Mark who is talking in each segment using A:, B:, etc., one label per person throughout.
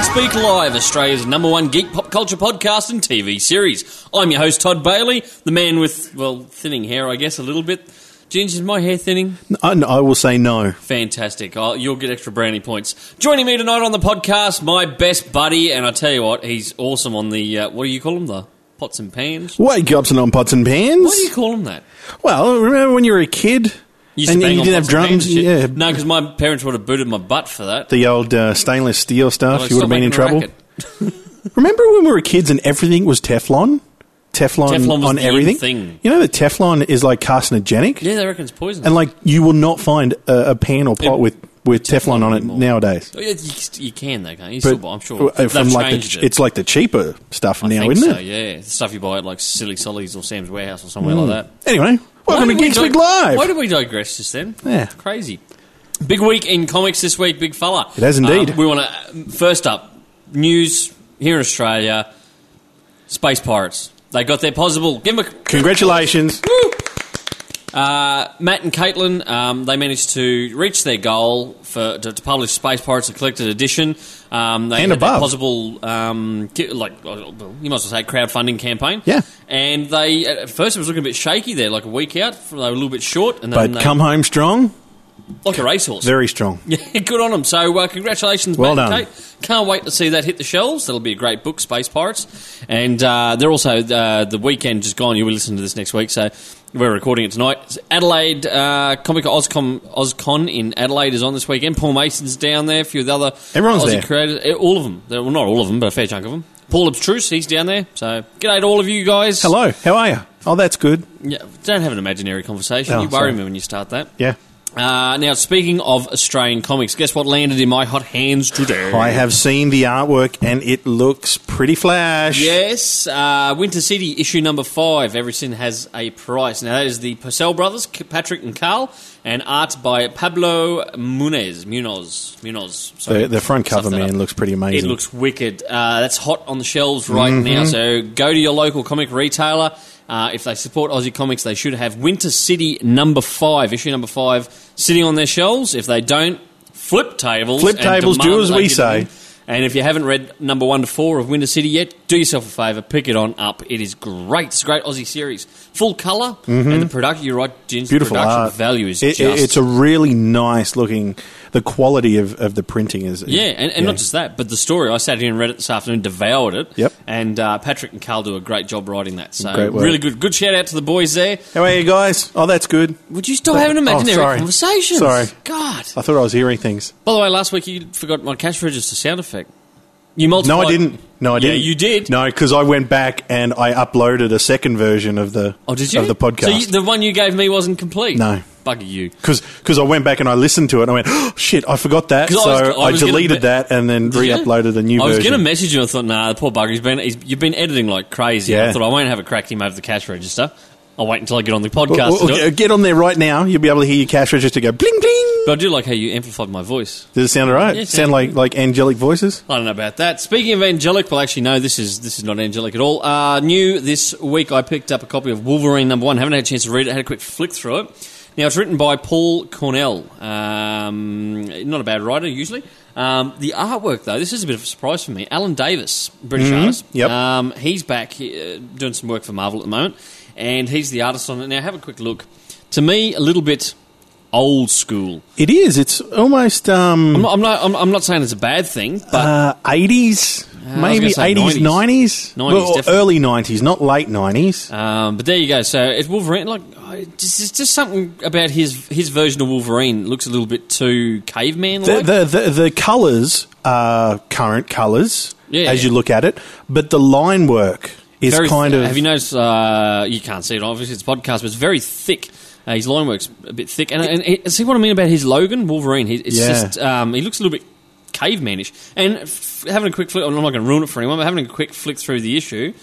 A: Speak Live, Australia's number one geek pop culture podcast and TV series. I'm your host, Todd Bailey, the man with, well, thinning hair, I guess, a little bit. Ginge, is my hair thinning?
B: I, Uh, I will say no.
A: Fantastic. i you'll get extra brownie points. Joining me tonight on the podcast, my best buddy, and I tell you what, he's awesome on the, uh, what do you call them, the pots and pans?
B: Wake ups and on pots and pans.
A: Why do you call them that?
B: well, remember when you were a kid
A: You used
B: and
A: to bang
B: you
A: on
B: didn't have
A: pots and pans
B: drums?
A: and shit.
B: Yeah,
A: No, because my parents would have booted my butt for that.
B: the old uh, stainless steel stuff.
A: Well,
B: you would
A: stop
B: have been in
A: making a
B: trouble.
A: racket.
B: Remember when we were kids and everything was Teflon? Teflon,
A: Teflon was
B: on
A: the
B: everything.
A: thing.
B: You know that Teflon is like carcinogenic,
A: Yeah, they reckon it's poison.
B: and like you will not find a, a pan or pot
A: It-
B: with with Teflon, on it
A: anymore.
B: nowadays.
A: Oh, yeah, you, you can though, can't you?
B: But
A: Still, I'm sure
B: uh,
A: they've
B: from like
A: changed
B: the,
A: it.
B: it's like the cheaper stuff
A: I
B: now,
A: think
B: isn't
A: so,
B: it?
A: Yeah, the stuff you buy at like Silly Solly's or Sam's Warehouse or somewhere like that.
B: Anyway, Hmm. welcome
A: Why
B: to
A: did we
B: Geeks
A: di-
B: Big Live.
A: Why did we digress just then?
B: Yeah.
A: It's crazy. Big week in comics this week, big fella.
B: It has indeed.
A: Um, we want to first up news here in Australia. Space pirates. They got their possible. Give them a
B: Congratulations.
A: Uh, Matt and Caitlin, um, they managed to reach their goal for to, to publish Space Pirates: A Collected Edition. Um, they
B: And
A: had that
B: above.
A: possible, um, ki- like uh, you must well say, crowdfunding campaign.
B: Yeah.
A: and they at first it was looking a bit shaky there, like a week out. They were a little bit short, and then
B: But
A: they,
B: come home strong,
A: like a racehorse.
B: very strong.
A: Yeah, good on them. So, uh, congratulations,
B: Well
A: Matt
B: done.
A: and Kate. Can't wait to see that hit the shelves. That'll be a great book, Space Pirates. And uh, they're also uh, the weekend just gone. You'll be listening to this next week, so we're recording it tonight. It's Adelaide uh, Comic Ozcom Ozcon in Adelaide is on this weekend. Paul Mason's down there. A few of the other
B: Everyone's
A: Aussie
B: there.
A: creators, eh, all of them. They're- Well, not all of them, but a fair chunk of them. Paul Abstruse, he's down there. So, g'day to all of you guys.
B: Hello, how are you? Oh, that's good.
A: Yeah, don't have an imaginary conversation.
B: Oh,
A: you worry
B: sorry.
A: me when you start that.
B: Yeah.
A: Uh, now, speaking of Australian comics, guess what landed in my hot hands today?
B: I have seen the artwork and it looks pretty flash.
A: Yes, uh, Winter City issue number five. Every sin has a price. Now that is the Purcell brothers, K- Patrick and Carl, and art by Pablo Munez. Munoz. Munoz. Sorry.
B: The, the front cover,
A: Stuff that
B: man,
A: up.
B: looks pretty amazing. Mm-hmm.
A: It looks wicked. Uh, that's hot on the shelves right now. So go to your local comic retailer. Uh, if they support Aussie comics, they should have Winter City number five, issue number five, sitting on their shelves. If they don't, flip tables.
B: Flip
A: and
B: tables, do
A: demand
B: as
A: they
B: we
A: get it
B: say.
A: in. And if you haven't read number one to four of Winter City yet, do yourself a favour, pick it on up. It is great. It's a great Aussie series. Full color and the product. You're right, Ginge. the
B: Mm-hmm. beautiful
A: production
B: art.
A: value is
B: It- it-
A: just
B: it's a really nice looking. The quality of, of the printing is
A: Yeah, and, and
B: yeah.
A: not just that, but the story. I sat here and read it this afternoon, devoured it.
B: Yep.
A: And uh, Patrick and Carl do a great job writing that. So
B: Great work.
A: really good. Good shout out to the boys there.
B: How are you guys? Oh, that's good.
A: Would you still
B: Oh,
A: have an imaginary
B: sorry.
A: conversation?
B: Sorry.
A: God.
B: I thought I was hearing things.
A: By the way, last week you forgot my cash register sound effect. You multiplied.
B: No, I didn't. No, I
A: Yeah,
B: didn't.
A: you did.
B: No, because I went back and I uploaded a second version of the
A: Oh, did you?
B: of the
A: So you,
B: podcast
A: the one you gave me wasn't complete.
B: No.
A: Bugger you.
B: because I went back and I listened to it and I went, oh, shit, I forgot that.
A: 'Cause
B: So
A: I was-
B: I,
A: I was gonna
B: deleted
A: be-
B: that and then
A: Did you?
B: re-uploaded a new
A: I was
B: version.
A: going to message you. I thought, nah, the poor bugger. He's been, he's, you've been editing like crazy.
B: Yeah.
A: I thought I won't have a crack at him over the cash register. I'll wait until I get on the podcast.
B: Well,
A: to do
B: well,
A: it.
B: Get on there right now. You'll be able to hear your cash register go bling bling.
A: But I do like how you amplified my voice.
B: Does it sound all right?
A: Yeah, it sounds
B: sound like like angelic voices?
A: I don't know about that. Speaking of angelic, well, actually, no, this is this is not angelic at all. Uh, new this week, I picked up a copy of Wolverine number one. Haven't had a chance to read it. Had a quick flick through it. Now it's written by Paul Cornell. Um, not a bad writer usually. Um, the artwork though, this is a bit of a surprise for me. Alan Davis, British artist.
B: Yep.
A: Um, he's back he, uh, doing some work for Marvel at the moment, and he's the artist on it. Now have a quick look. To me, a little bit old school.
B: It is. It's almost
A: I'm
B: um uh,
A: not, I'm not, I'm, I'm not saying it's a bad thing, but.
B: eighties,
A: Uh, was
B: maybe
A: gonna say
B: eighties,
A: 90s.
B: nineties,
A: 90s, definitely.
B: early nineties, not late nineties.
A: Um, but there you go. So it's Wolverine. Like, oh, it's just, it's just something about his his version of Wolverine looks a little bit too caveman
B: The,
A: like.
B: the the the colours are current colours
A: Yeah.
B: as you look at it, but the line work is
A: Very-
B: kind of
A: Have you noticed? Uh, you can't see it. Obviously, it's a podcast, but it's very thick. Uh, his line works a bit thick, and, and, and see what I mean about his Logan Wolverine. He, it's
B: Yeah.
A: just um, he looks a little bit cavemanish. And f- having a quick flick, I'm not going to ruin it for anyone. But having a quick flick through the issue,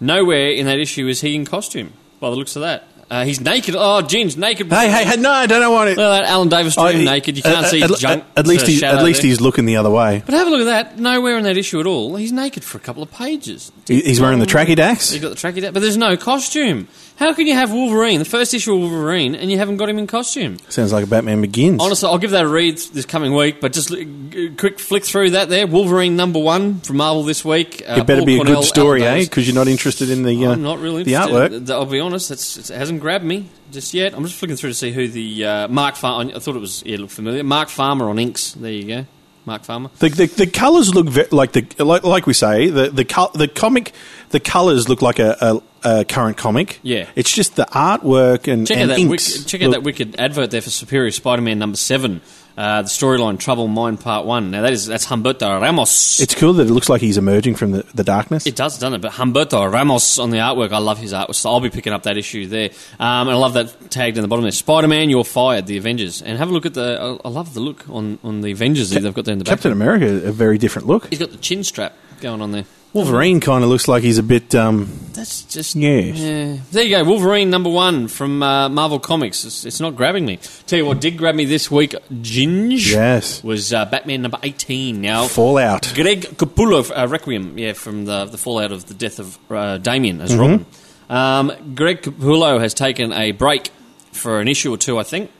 A: nowhere in that issue is he in costume. By the looks of that, Uh, he's naked. Oh, Ginge, naked.
B: Hey, hey, hey, no, I don't want it.
A: Well, that Alan Davis
B: Oh,
A: dream
B: he-
A: naked. You can't
B: at-
A: see
B: at,
A: junk.
B: At, at least,
A: it's a
B: he's,
A: shadow
B: at least
A: there.
B: he's looking the other way.
A: But have a look at that. Nowhere in that issue at all. He's naked for a couple of pages.
B: He- He's wearing the tracky dacks.
A: He's got the tracky down, but there's no costume. How can you have Wolverine, the first issue of Wolverine, and you haven't got him in costume?
B: Sounds like a Batman Begins.
A: Honestly, I'll give that a read this coming week, but just l- g- quick flick through that there. Wolverine number one from Marvel this week. Uh,
B: it better
A: Paul
B: be a
A: Cornell,
B: good story,
A: Alan
B: eh?
A: Davis.
B: Because you're not interested in the uh,
A: I'm not really
B: the
A: interested.
B: artwork.
A: Th- I'll be honest, it's, it's, it hasn't grabbed me just yet. I'm just flicking through to see who the uh, Mark Farmer. I thought it was yeah, it looked familiar. Mark Farmer on inks. There you go, Mark Farmer.
B: The, the, the colors look ve- like the like, like we say the the col- the comic the colors look like a, a, a current comic.
A: Yeah.
B: it's just the artwork and,
A: Check
B: and
A: out that wicked,
B: inks.
A: check out that wicked advert there for Superior Spider-Man number seven. Uh, the storyline Trouble Mind Part One. Now that is that's Humberto Ramos.
B: It's cool that it looks like he's emerging from the, the darkness.
A: it does, doesn't it? But Humberto Ramos on the artwork, I love his artwork. So I'll be picking up that issue there. Um, and I love that tagged in the bottom there. Spider-Man, you're fired. The Avengers, and have a look at the. I, I love the look on, on the Avengers that they've got there in the back.
B: Captain America, a very different look.
A: He's got the chin strap going on there.
B: Wolverine kind of looks like he's a bit. Um,
A: That's just
B: Yes.
A: Yeah. There you go, Wolverine number one from uh, Marvel Comics. It's, it's not grabbing me. Tell you what did grab me this week, Ginge.
B: Yes.
A: was uh, Batman number eighteen. Now
B: Fallout.
A: Greg Capullo, uh, Requiem, yeah, from the the fallout of the death of uh, Damien
B: Mm-hmm.
A: as Robin. Um, Greg Capullo has taken a break for an issue or two, I think,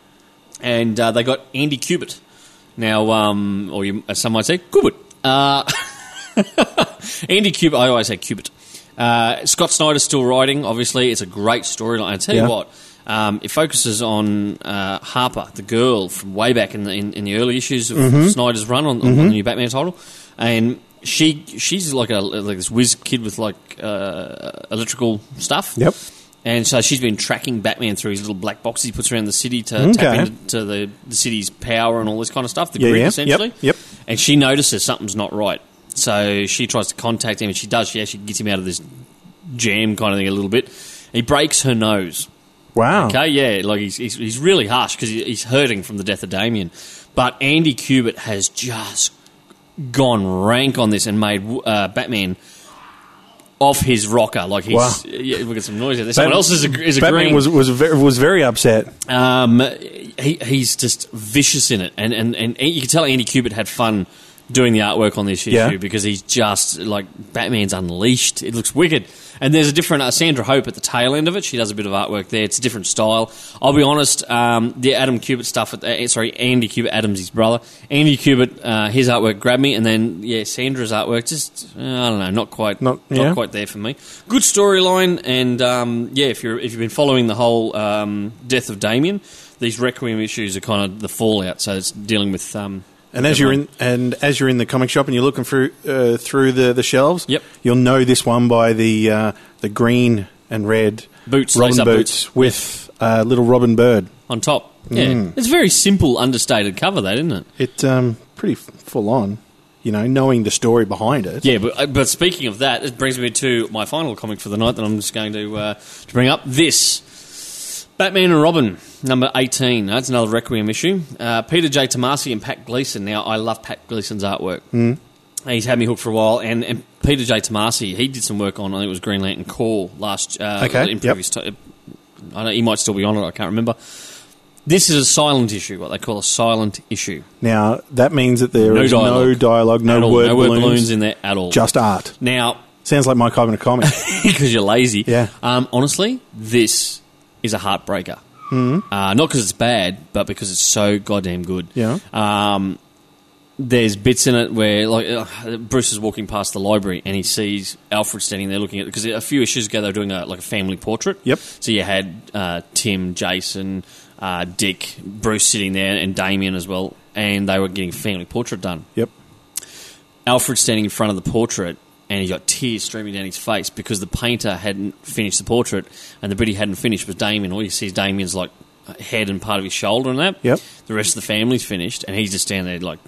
A: and uh, they got Andy Kubert. Now, um, or you, as some might say, Kubert. Uh, Andy Kubert, I always say Kubert. Uh, Scott Snyder's still writing, obviously. It's a great storyline. I tell
B: Yeah.
A: you what, um, it focuses on uh, Harper, the girl from way back in the, in, in the early issues of
B: Mm-hmm.
A: Snyder's run on, on the new Batman title, and she she's like a like this whiz kid with like uh, electrical stuff.
B: Yep.
A: And so she's been tracking Batman through his little black box he puts around the city to
B: Okay.
A: tap into the, the city's power and all this kind of stuff, the
B: Yeah,
A: grid
B: yeah.
A: essentially.
B: Yep, yep.
A: And she notices something's not right. So she tries to contact him, and she does. She actually gets him out of this jam kind of thing a little bit. He breaks her nose.
B: Wow.
A: Okay, yeah, like he's, he's, he's really harsh because he, he's hurting from the death of Damien. But Andy Kubert has just gone rank on this and made uh, Batman off his rocker. Like he's
B: Wow.
A: yeah, we got some noise out there. Someone else is, ag- is agreeing.
B: Batman was was very, was very upset.
A: Um, he, he's just vicious in it, and, and and you can tell Andy Kubert had fun doing the artwork on this issue
B: Yeah.
A: because he's just like Batman's unleashed. It looks wicked, and there's a different uh, Sandra Hope at the tail end of it. She does a bit of artwork there. It's a different style. I'll be honest. Um, the Adam Kubert stuff. At the, uh, sorry, Andy Kubert. Adam's his brother. Andy Kubert. Uh, his artwork grabbed me, and then yeah, Sandra's artwork. Just uh, I don't know. Not quite.
B: Not-
A: not
B: yeah.
A: quite quite there for me. Good storyline, and um, yeah, if you're if you've been following the whole um, death of Damien, these Requiem issues are kind of the fallout. So it's dealing with um,
B: And as you're in, and as you're in the comic shop and you're looking through uh, through the, the shelves,
A: Yep.
B: you'll know this one by the uh, the green and red
A: Boots,
B: Robin
A: lace-up
B: boots, with uh, little Robin Bird.
A: on top.
B: Mm.
A: Yeah, it's a very simple, understated cover, that isn't it?
B: It's um, pretty f- full on, you know, knowing the story behind it.
A: Yeah, but, uh, but speaking of that, it brings me to my final comic for the night that I'm just going to uh, to bring up. This Batman and Robin number eighteen. That's another Requiem issue. Uh, Peter J. Tomasi and Pat Gleason. Now I love Pat Gleason's artwork.
B: Hmm.
A: Mm. He's had me hooked for a while, and, and Peter J. Tomasi, he did some work on I think it was Green Lantern Core last uh,
B: Okay,
A: in
B: yep.
A: previous. ti- I know he might still be on it. I can't remember. This is a silent issue, what they call a silent issue.
B: Now that means that there
A: No
B: is no
A: dialogue.
B: dialogue,
A: At
B: no
A: all.
B: word,
A: no word
B: balloons,
A: balloons in there at all.
B: just art.
A: now,
B: Sounds like my kind of comic.
A: because you're lazy.
B: Yeah.
A: Um, honestly, this is a heartbreaker.
B: Hmm.
A: Mm-hmm. Uh, not because it's bad, but because it's so goddamn good.
B: Yeah.
A: Um, there's bits in it where like uh, Bruce is walking past the library and he sees Alfred standing there looking at because a few issues ago they were doing a, like a family portrait.
B: Yep.
A: So you had uh, Tim, Jason, uh, Dick, Bruce sitting there, and Damien as well, and they were getting a family portrait done.
B: yep.
A: Alfred standing in front of the portrait, and he got tears streaming down his face because the painter hadn't finished the portrait, and the bit he hadn't finished was Damien. All you see is Damien's like head and part of his shoulder and that.
B: Yep.
A: The rest of the family's finished, and he's just standing there like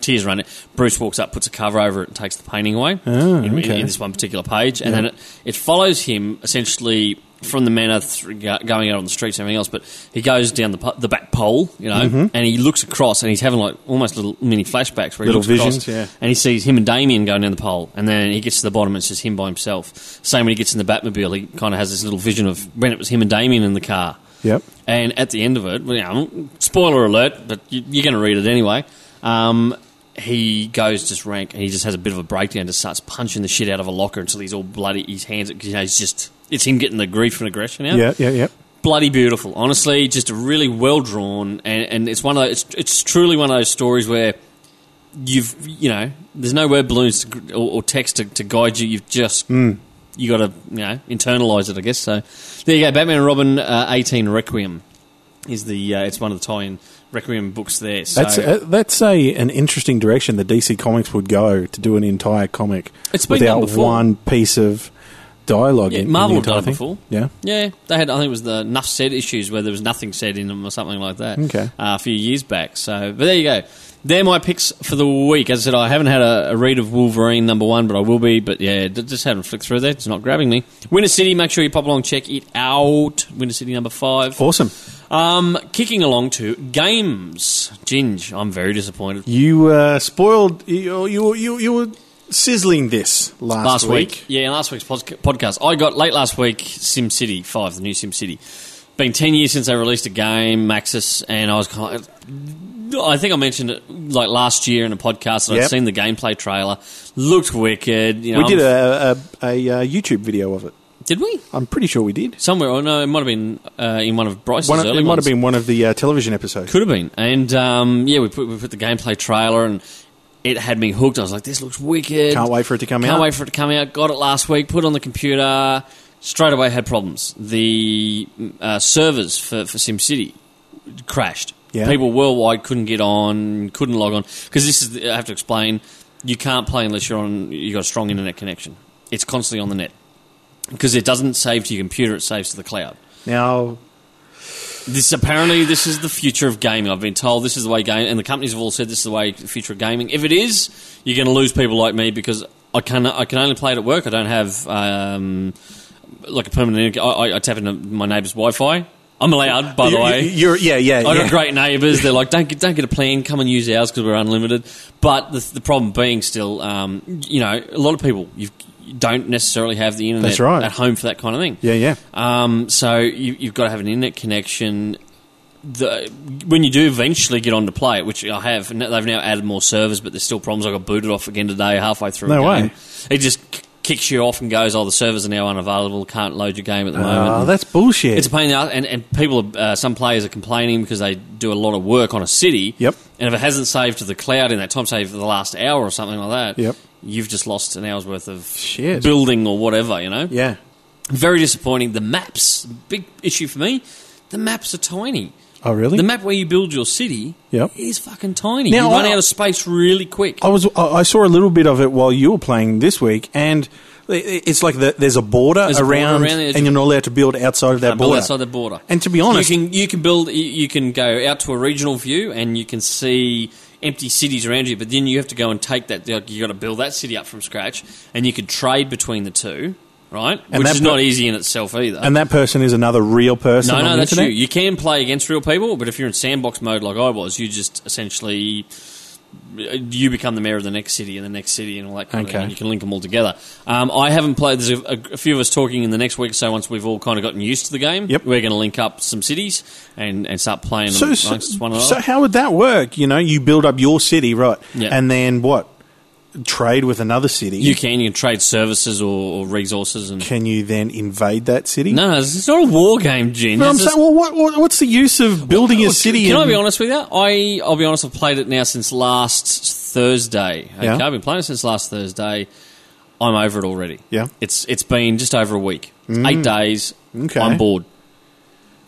A: tears run it. Bruce walks up, puts a cover over it, and takes the painting away in, in-
B: Ah, okay.
A: in this one particular page. And then it, it follows him essentially from the manor through, go- going out on the streets and everything else. But he goes down the, po- the back pole, you know,
B: Mm-hmm.
A: and he looks across and he's having like almost little mini flashbacks where he
B: Little
A: looks across
B: visions, yeah.
A: and he sees him and Damien going down the pole. And then he gets to the bottom, it's just him by himself. Same when he gets in the Batmobile, he kind of has this little vision of when it was him and Damien in the car.
B: Yep.
A: And at the end of it, well, you know, spoiler alert, but you, you're going to read it anyway. Um, he goes just rank, and he just has a bit of a breakdown. Just starts punching the shit out of a locker until he's all bloody. His hands, you know, he's just it's him getting the grief and aggression out.
B: Yeah, yeah, yeah.
A: bloody beautiful. Honestly, just a really well drawn, and, and it's one of those, it's, it's truly one of those stories where you've you know there's no word balloons to, or, or text to, to guide you. You've just you got to you know internalize it, I guess. So there you go, Batman and Robin, uh, eighteen Requiem is the uh, it's one of the tie-in Requiem books there. So
B: That's uh, that's a an interesting direction that DC Comics would go to do an entire comic
A: It's been done
B: without
A: before.
B: one piece of dialogue.
A: Yeah,
B: in, in
A: Marvel
B: the
A: have done
B: entire
A: it
B: thing.
A: before.
B: Yeah,
A: Yeah, they had. I think it was the Nuff said issues where there was nothing said in them or something like that.
B: Okay.
A: uh, a few years back. So, but there you go. They're my picks for the week. As I said, I haven't had a, a read of Wolverine number one, but I will be. But yeah, d- just haven't flicked through there. It's not grabbing me. Winter City. Make sure you pop along, check it out. Winter City number five.
B: awesome.
A: Um, kicking along to games. Ginge, I'm very disappointed.
B: You uh, spoiled. You, you you you were sizzling this last,
A: last week. Yeah, last week's podca- podcast. I got late last week Sim City 5, the new Sim City. Been 10 years since they released a game, Maxis, and I was kind of- I think I mentioned it like last year in a podcast that I'd
B: Yep.
A: seen the gameplay trailer. Looked wicked. You know,
B: We did
A: I'm-
B: a, a, a, uh YouTube video of it.
A: Did we?
B: I'm pretty sure we did.
A: Somewhere. Oh, no, it might have been uh, in one of Bryce's
B: One of-
A: early
B: it might have
A: ones.
B: been one of the uh, television episodes.
A: Could have been. And um, yeah, we put, we put the gameplay trailer and it had me hooked. I was like, this looks wicked.
B: Can't wait for it to come
A: Can't
B: out.
A: wait for it to come out. Got it last week. Put it on the computer. Straight away had problems. The uh, servers for, for SimCity crashed.
B: Yeah.
A: People worldwide couldn't get on, couldn't log on because this is. the- I have to explain. You can't play unless you're on. You have got a strong internet connection. It's constantly on the net because it doesn't save to your computer. It saves to the cloud.
B: Now,
A: This apparently this is the future of gaming. I've been told this is the way game, and the companies have all said this is the way the future of gaming. If it is, you're going to lose people like me because I can I can only play it at work. I don't have um, like a permanent. I, I, I tap into my neighbour's Wi-Fi. I'm allowed, by the
B: You-
A: way.
B: you- you're- yeah, yeah,
A: I got
B: yeah.
A: great neighbours. They're like, don't get, don't get a plan. Come and use ours because we're unlimited. But the, the problem being still, um, you know, a lot of people you've, you don't necessarily have the internet
B: That's right.
A: at home for that kind of thing.
B: yeah, yeah.
A: Um, so you, you've got to have an internet connection. The, when you do eventually get on to play it, which I have, and they've now added more servers, but there's still problems. I got booted off again today, halfway through.
B: No
A: a game.
B: way.
A: It just k- kicks you off and goes, "Oh, the servers are now unavailable. Can't load your game at the moment."
B: Oh,
A: And
B: that's bullshit.
A: it's a pain in the ass, and, and people, are, uh, some players are complaining because they do a lot of work on a city.
B: Yep.
A: And if it hasn't saved to the cloud in that time, say for the last hour or something like that,
B: Yep.
A: you've just lost an hour's worth of
B: Shit.
A: building or whatever, you know?
B: yeah.
A: Very disappointing. The maps, big issue for me. The maps are tiny.
B: Oh, really?
A: The map where you build your city
B: Yep.
A: is fucking tiny.
B: Now,
A: you run
B: I- Oh,
A: out of space really quick.
B: I was. I I saw a little bit of it while you were playing this week, and i- i- it's like the, there's a border
A: There's a border
B: around,
A: around it.
B: and you're not allowed to build outside of that
A: Build
B: border.
A: outside the border.
B: And to be honest,
A: you can you can build. You you can go out to a regional view, and you can see empty cities around you. But then you have to go and take that. like, You got to build that city up from scratch, and you could trade between the two, right?
B: And
A: Which
B: that
A: is
B: per-
A: not easy in itself either.
B: and that person is another real person.
A: No,
B: on
A: no,
B: the
A: that's
B: internet?
A: you. You can play against real people, but if you're in sandbox mode like I was, you just essentially uh, you become the mayor of the next city and the next city and all that kind of
B: Okay.
A: thing. You can link them all together. Um, I haven't played. There's a, a few of us talking in the next week or so. Once we've all kind of gotten used to the game,
B: Yep.
A: we're going to link up some cities and, and start playing
B: So,
A: amongst
B: so,
A: one another.
B: so how would that work? You know, you build up your city, right?
A: Yeah.
B: And then what? Trade with another city.
A: you can you can trade services or, or resources and
B: can you then invade that city?
A: no, no, it's not a war game, Gene.
B: But I'm
A: It's just-
B: saying, well, what, what, what's the use of building a city?
A: Can I
B: and-
A: be honest with you? I I'll be honest. I've played it now since last Thursday. Okay,
B: Yeah.
A: I've been playing it since last Thursday. I'm over it already.
B: Yeah. Mm.
A: it's it's been just over a week, eight days.
B: Okay.
A: I'm bored.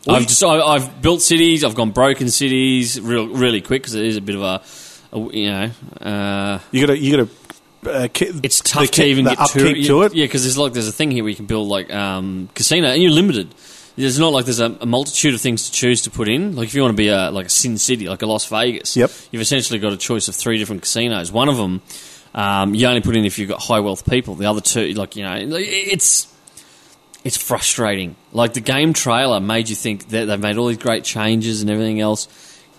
B: Well,
A: I've
B: you-
A: just I, I've built cities. I've gone broken cities real really quick because it is a bit of a, a you know. Uh,
B: You got to, you got to. Uh, ki-
A: it's tough
B: the,
A: to
B: ki-
A: even
B: the
A: get
B: upkeep
A: to,
B: to it.
A: Yeah, because there's like there's a thing here where you can build like um, casino and you're limited. It's not like there's a, a multitude of things to choose to put in. Like if you want to be a like a Sin City, like a Las Vegas,
B: Yep.
A: you've essentially got a choice of three different casinos. One of them um, you only put in if you've got high wealth people. The other two, like you know, like, it's it's frustrating. Like the game trailer made you think that they've made all these great changes and everything else.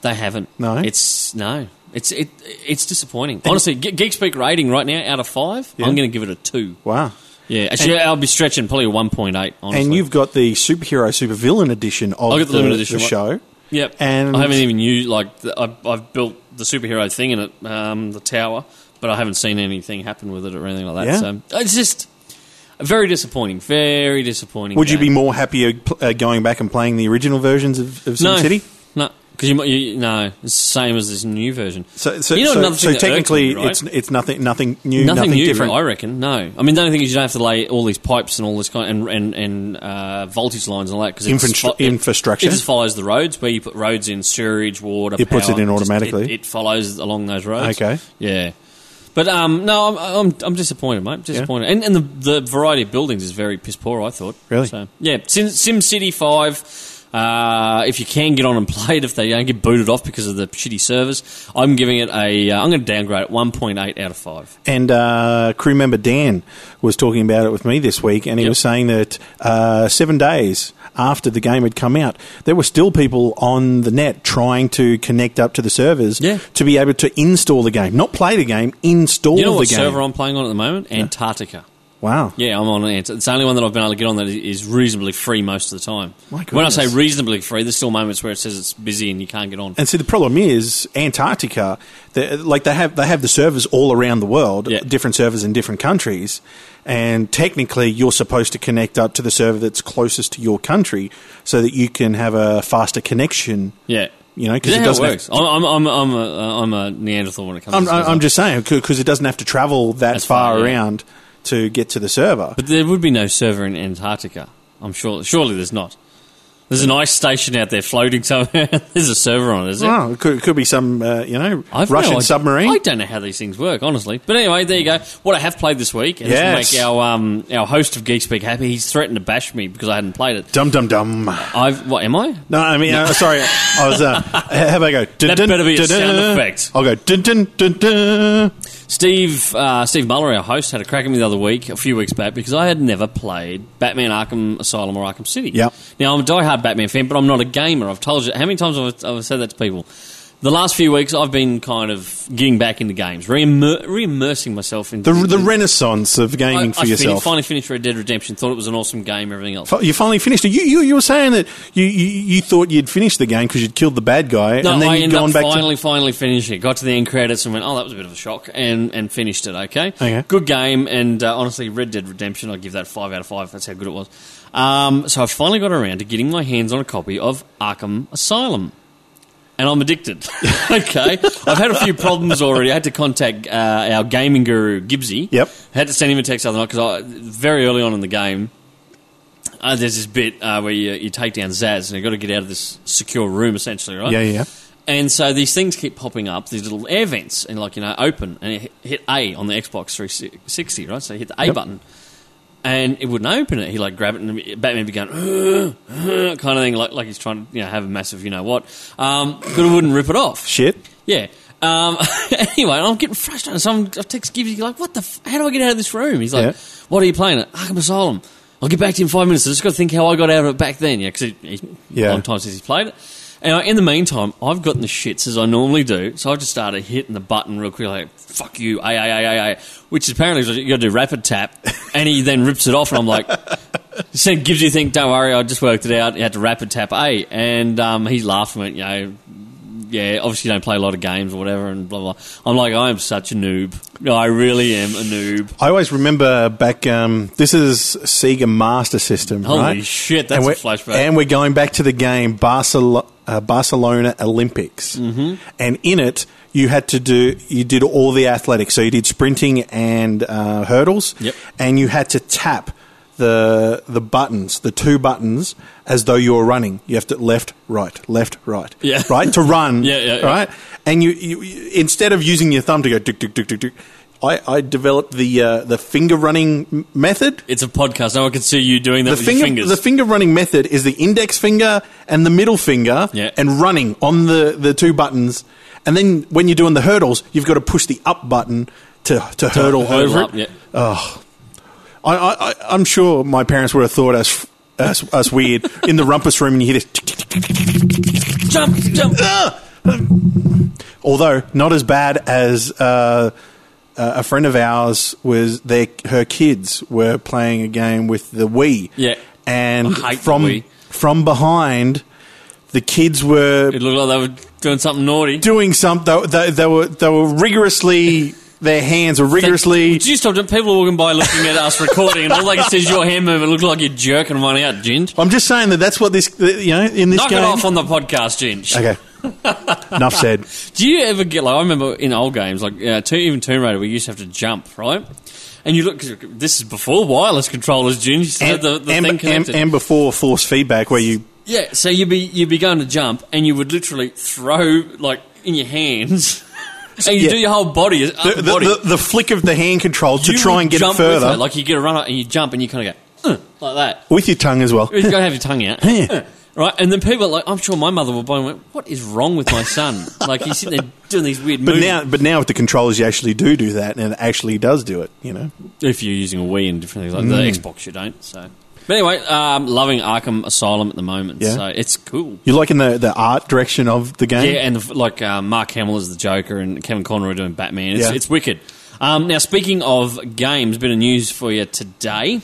A: They haven't.
B: No?
A: it's no. It's it, it's disappointing. Honestly, Ge- Geek Speak rating right now out of five,
B: Yeah.
A: I'm going to give it a two.
B: Wow.
A: Yeah, actually, I'll be stretching probably a 1.8. Honestly,
B: And you've got the superhero supervillain edition of
A: I'll
B: the,
A: get the limited edition
B: the
A: one.
B: show.
A: Yep.
B: And-
A: I haven't even used like the, I've, I've built the superhero thing in it, um, the tower, but I haven't seen anything happen with it or anything like that.
B: Yeah.
A: So it's just very disappointing. Very disappointing.
B: Would you be
A: game.
B: more happier pl- uh, going back and playing the original versions of, of
A: no,
B: SimCity?
A: No, because you, mi- you no, it's the same as this new version.
B: So, so,
A: you know
B: so,
A: another
B: so
A: thing that irks
B: technically,
A: me, right?
B: it's it's nothing nothing new,
A: nothing,
B: nothing,
A: new,
B: different.
A: I reckon. No, I mean the only thing is you don't have to lay all these pipes and all this kind and and, and uh, voltage lines and all that because
B: Infrastru- infrastructure.
A: It just follows the roads where you put roads in sewerage, water.
B: It puts
A: power,
B: it in
A: just-
B: automatically.
A: it, it follows along those roads.
B: Okay.
A: Yeah. But um, no, I'm, I'm, I'm disappointed, mate. Disappointed, and, and the, the variety of buildings is very piss poor. I thought.
B: Really?
A: So, yeah. Sim, Sim City Five. Uh, if you can get on and play it, if they don't get booted off because of the shitty service, I'm giving it a. Uh, I'm going to downgrade it 1.8 out of five.
B: And uh, crew member Dan was talking about it with me this week, and he
A: Yep.
B: was saying that uh, seven days after the game had come out, there were still people on the net trying to connect up to the servers
A: Yeah.
B: to be able to install the game, not play the game, install
A: You know
B: the
A: what
B: game.
A: server I'm playing on at the moment? Antarctica.
B: wow,
A: Yeah, I'm on Antarctica. It's the only one that I've been able to get on that is reasonably free most of the time.
B: My
A: when I
B: goodness.
A: say reasonably free, there's still moments where it says it's busy and you can't get on.
B: And see, the problem is Antarctica. they- Like they have, they have the servers all around the world,
A: Yeah.
B: different servers in different countries, and technically you're supposed to connect up to the server that's closest to your country, so that you can have a faster connection.
A: yeah.
B: You know,
A: Is
B: because
A: that
B: it
A: how it
B: doesn't.
A: works?
B: have-
A: I'm, I'm, I'm, I'm, a, uh, I'm a Neanderthal when it comes
B: I'm,
A: to stuff.
B: I'm just saying because it doesn't have to travel that
A: That's
B: far
A: fine, yeah.
B: around to get to the server.
A: But there would be no server in Antarctica. I'm sure. Surely there's not. There's an ice station out there floating somewhere. there's a server on it, is there?
B: Oh, it could, it could be some, uh, you know,
A: I've no
B: Russian
A: idea-
B: submarine.
A: I don't know how these things work, honestly. But anyway, there you go. What I have played this week, and
B: Yes.
A: this will make our um, our host of Geek Speak happy. He's threatened to bash me because I hadn't played it.
B: Dum dum dum.
A: I've what am I?
B: No, I mean, uh, sorry. I was. Uh, how about I go? Dun,
A: That better be a sound effect.
B: I'll go. Dun, dun, dun, dun.
A: Steve uh, Steve Muller, our host, had a crack at me the other week, a few weeks back, because I had never played Batman Arkham Asylum or Arkham City.
B: Yep.
A: Now I'm a diehard Batman fan, but I'm not a gamer. I've told you how many times I've, I've said that to people. The last few weeks, I've been kind of getting back into games, re-immer- re-immersing myself in
B: The, the renaissance of gaming
A: I,
B: for
A: I
B: yourself.
A: Finished, finally finished Red Dead Redemption. Thought it was an awesome game. Everything else.
B: Fi- you finally finished it. You, you, you were saying that you, you, you thought you'd finished the game because you'd killed the bad guy
A: No,
B: and then
A: I
B: you'd
A: ended
B: gone
A: up
B: back
A: finally, finally finished it. Got to the end credits and went, "Oh, that was a bit of a shock," and and finished it. Okay,
B: Okay.
A: good game. And uh, honestly, Red Dead Redemption, I give that five out of five. That's how good it was. Um, so I finally got around to getting my hands on a copy of Arkham Asylum. and I'm addicted. okay, I've had a few problems already. I had to contact uh, our gaming guru Gibbsy.
B: Yep.
A: had to send him a text the other night because very early on in the game. Uh, there's this bit uh, where you, you take down Zaz and you've got to get out of this secure room, essentially, right?
B: Yeah, yeah.
A: And so these things keep popping up, these little air vents, and like, you know, open, and it hit A on the Xbox 360, right? So you hit the A button, and it wouldn't open it. He like grabbed it, and Batman began "Ugh, ugh," kind of thing, like like he's trying to you know have a massive you know what, um, but it wouldn't rip it off.
B: to shit.
A: Yeah. Um, anyway, I'm getting frustrated. So I'm, I text Gibbs, he's like, what the, f- how do I get out of this room? He's like,
B: Yeah.
A: what are you playing at? Arkham Asylum. I'll get back to you in five minutes. I just got to think how I got out of it back then. Yeah, because it, it's a
B: Yeah.
A: long time since he's played it. And uh, in the meantime, I've gotten the shits as I normally do. So I've just started hitting the button real quick, like, fuck you, ay, ay, ay, ay, ay, which apparently is what you got to do rapid tap. And he then rips it off, and I'm like, so it gives you a think, don't worry, I just worked it out. You had to rapid tap A. And um, he's laughing at, you know, yeah, obviously you don't play a lot of games or whatever, and blah, blah. I'm like, I am such a noob. I really am a noob.
B: I always remember back. Um, this is Sega Master System.
A: Holy
B: right?
A: shit, that's
B: and
A: a
B: we're-
A: flashback.
B: And we're going back to the game Barcelona, uh, Barcelona Olympics, mm-hmm. and in it you had to do you did all the athletics. So you did sprinting and uh, hurdles,
A: Yep.
B: and you had to tap the the buttons, the two buttons, as though you were running. You have to left, right, left, right,
A: Yeah.
B: right to run,
A: Yeah, yeah, yeah.
B: right. And you, you, you instead of using your thumb to go tick tick tick tick tick, I, I developed the uh, the finger running m- method.
A: It's a podcast. No one can see you doing that
B: The
A: with
B: finger,
A: your fingers.
B: the finger running method is the index finger and the middle finger,
A: Yeah.
B: and running on the, the two buttons. And then when you're doing the hurdles, you've got to push the up button to, to hurdle,
A: hurdle
B: over
A: up,
B: it.
A: yeah.
B: Oh, I, I, I, I'm sure my parents would have thought us us, us weird in the rumpus room, and you hear this. tick, tick, tick, tick, tick, tick, tick, tick.
A: jump, jump.
B: Although not as bad as uh, uh, a friend of ours was. Their her kids were playing a game with the Wii.
A: Yeah.
B: and
A: I hate the
B: from
A: Wii.
B: from behind, the kids were
A: It looked like they were doing something naughty.
B: doing something. They, they were they were rigorously. Their hands were rigorously.
A: Would you stop? doing- People are walking by looking at us recording, and all they can see is your hand movement. Look like you're jerking one out, Ginge.
B: I'm just saying that that's what this you know in this
A: Knock
B: game.
A: it off on the podcast, Ginge.
B: Okay. Enough said.
A: Do you ever get like I remember in old games like uh, two, even Tomb Raider, we used to have to jump right, and you look. 'cause This is before wireless controllers, June. You still had the, the thing
B: and, and-
A: connected.
B: and before force feedback, where you
A: yeah, so you'd be you'd be going to jump, and you would literally throw like in your hands, and you
B: yeah.
A: do your whole body, as
B: the,
A: upper
B: the,
A: body
B: the, the flick of the hand control to
A: You
B: try
A: would
B: and get it
A: jump with
B: further
A: it. Like you get a run up and you jump, and you kind of go "Uh," like that.
B: with your tongue as well.
A: You've got to have your tongue out.
B: Yeah.
A: Right, and then people are like, I'm sure my mother will buy and went, What is wrong with my son? like, he's sitting there doing these weird
B: But
A: moves.
B: now, but now with the controllers, you actually do do that, and it actually does do it. You know,
A: if you're using a Wii and different things like
B: Mm.
A: the Xbox, you don't. So, but anyway, um, loving Arkham Asylum at the moment.
B: Yeah.
A: So it's cool.
B: you liking the the art direction of the game.
A: Yeah, and the, like uh, Mark Hamill is the Joker and Kevin Conroy doing Batman. It's,
B: Yeah.
A: it's wicked. Um, now, speaking of games, bit of news for you today.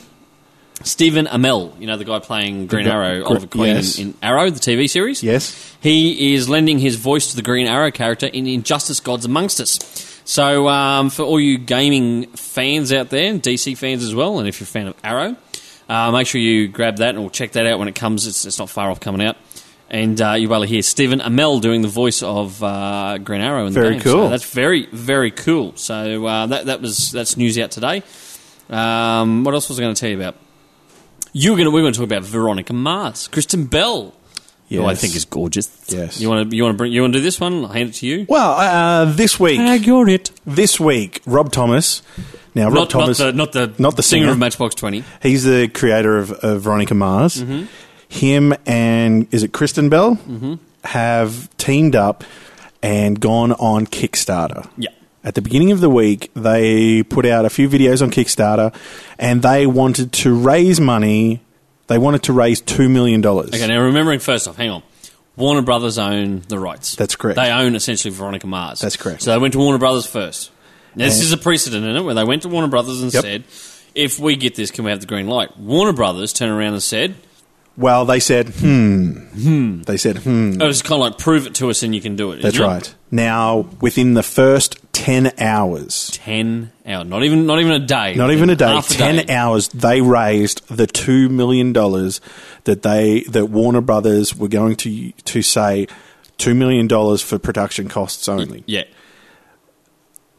A: Stephen Amell, you know the guy playing Green
B: The guy-
A: Arrow,
B: Gr-
A: Oliver Queen
B: yes.
A: in, in Arrow, the TV series.
B: Yes.
A: He is lending his voice to the Green Arrow character in Injustice Gods Amongst Us. So, um, for all you gaming fans out there, and DC fans as well, and if you're a fan of Arrow, uh, make sure you grab that and we'll check that out when it comes. It's, it's not far off coming out. And uh, you'll be able to hear Stephen Amell doing the voice of uh, Green Arrow in the
B: Very
A: game.
B: cool.
A: So that's very, very cool. So uh, that, that was that's news out today. Um, what else was I going to tell you about? You were going to, we were going to talk about Veronica Mars, Kristen Bell, who I
B: Yes.
A: think is gorgeous.
B: Yes.
A: You want to you want to bring you want to do this one? I'll hand it to you.
B: Well, uh, this week,
A: you're it.
B: this week, Rob Thomas. Now, Rob
A: Not,
B: Thomas,
A: not the not the
B: Not the
A: singer,
B: singer.
A: of Matchbox Twenty.
B: he's the creator of, of Veronica Mars.
A: Mm-hmm.
B: Him and is it Kristen Bell have teamed up and gone on Kickstarter.
A: Yeah.
B: At the beginning of the week, they put out a few videos on Kickstarter, and they wanted to raise money. They wanted to raise two million dollars.
A: Okay, now remembering first off, hang on. Warner Brothers own the rights.
B: That's correct.
A: They own essentially Veronica Mars.
B: That's correct.
A: So they went to Warner Brothers first. Now, this
B: And-
A: is a precedent in it where they went to Warner Brothers and
B: Yep.
A: said, "If we get this, can we have the green light?" Warner Brothers turned around and said,
B: Well, they said, hmm, hmm. They said, hmm.
A: "It was kind of "Oh, like prove it to us, and you can do it."
B: That's
A: isn't it?
B: right. Now, within the first ten hours,
A: Ten hours, not even not even a day,
B: Not even a day.
A: Half
B: Ten hours. They raised the two million dollars that they that Warner Brothers were going to to say two million dollars for production costs only.
A: Yeah,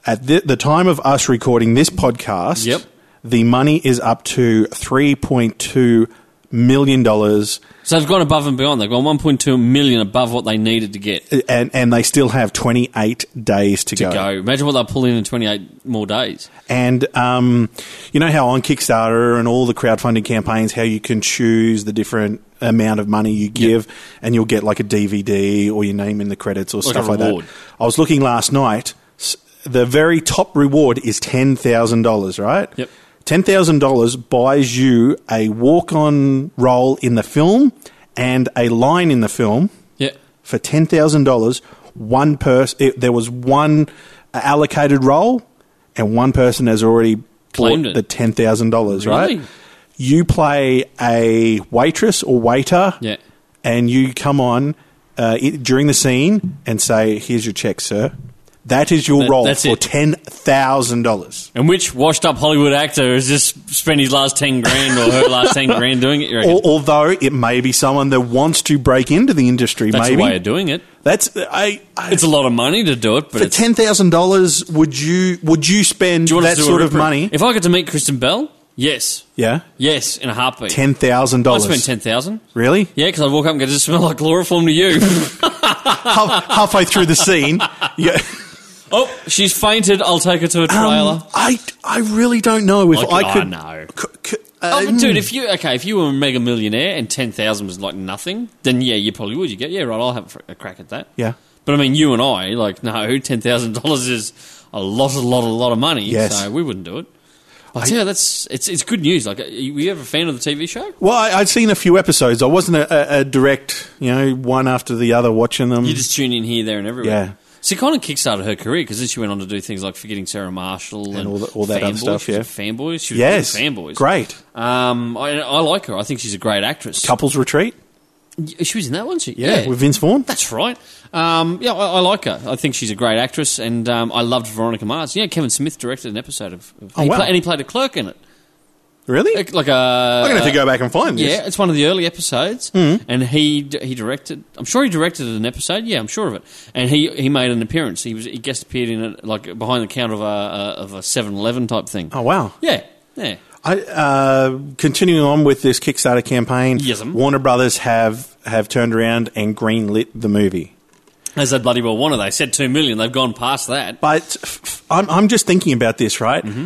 B: At the, the time of us recording this podcast,
A: Yep.
B: the money is up to three point two million dollars,
A: So they've gone above and beyond. They've gone 1.2 million above what they needed to get to
B: and and they still have twenty eight days to,
A: go. Imagine what they'll pull in in 28 more days.
B: And um, you know how on Kickstarter and all the crowdfunding campaigns, how you can choose the different amount of money you give, and you'll get like a DVD or your name in the credits or
A: a
B: stuff like
A: reward.
B: that. I was looking last night. s- The very top reward is ten thousand dollars, right?
A: Yep.
B: Ten thousand dollars buys you a walk-on role in the film and a line in the film
A: Yeah.
B: for ten thousand dollars. One person, there was one allocated role, and one person has already
A: Claimed
B: bought
A: it.
B: the ten thousand dollars.
A: Really?
B: Right? You play a waitress or waiter,
A: Yeah.
B: and you come on uh, it, during the scene and say, "Here's your check, sir." That is your
A: That-
B: role
A: that's
B: for
A: it.
B: ten thousand dollars.
A: And which washed up Hollywood actor has just spent his last 10 grand or her last 10 grand doing it? You reckon?
B: Although it may be someone that wants to break into the industry,
A: That's
B: maybe
A: a way of doing it.
B: that's I. I
A: It's a lot of money to do it, but
B: for
A: it's,
B: ten thousand dollars, would you would you spend
A: do you want us
B: that
A: to do a
B: sort of
A: rip-rip?
B: money?
A: If I get to meet Kristen Bell, yes.
B: Yeah,
A: Yes, in a heartbeat.
B: ten thousand
A: I'd spend
B: dollars.
A: 10000
B: Really?
A: Yeah, because I walk up and go, does it smell like chloroform to you?
B: Half, halfway through the scene, yeah.
A: Oh, she's fainted. I'll take her to a trailer.
B: Um, I, I really don't know if
A: Like,
B: I could.
A: know.
B: c- c-
A: Oh,
B: um,
A: but dude, if you okay, if you were a mega millionaire and ten thousand was like nothing, then yeah, you probably would. You get yeah, right. I'll have a fr- a crack at that.
B: Yeah.
A: But I mean, you and I, like, no, ten thousand dollars is a lot, a lot, a lot of money.
B: Yes.
A: So we wouldn't do it. But yeah, that's it's it's good news. Like, are you were you ever a fan of the TV show?
B: hmm. Well, I, I'd seen a few episodes. I wasn't a, a, a direct, you know, one after the other watching them.
A: You just tune in here, there, and everywhere.
B: Yeah.
A: So kind of kickstarted her career because then she went on to do things like forgetting Sarah Marshall and,
B: all that- all that
A: fanboy.
B: other stuff,
A: She was a
B: yeah.
A: fanboy. She was
B: yes,
A: a fanboys.
B: great
A: Um, I, I like her. I think she's a great actress.
B: couples retreat.
A: She was in that one. She
B: with Vince Vaughn.
A: That's right. Um, yeah, I, I like her. I think she's a great actress, and um, I loved Veronica Mars. Yeah, Kevin Smith directed an episode of, of
B: Oh,
A: he
B: wow.
A: pla- and he played a clerk in it,
B: Really,
A: like, like a.
B: I'm gonna have to go back and find this. Hmm.
A: Yeah, it's one of the early episodes, and he d- he directed. I'm sure he directed an episode. Yeah, I'm sure of it. And he, he made an appearance. He was he guest appeared in it, like behind the counter of a a- of a 7-Eleven type thing.
B: Oh wow!
A: Yeah, yeah.
B: I, uh, continuing on with this Kickstarter campaign,
A: Yes'm.
B: Warner Brothers have have turned around and greenlit the movie.
A: As they bloody well wanted. They said two million. They've gone past that.
B: But f- f- I'm, I'm just thinking about this, right?
A: Mm-hmm.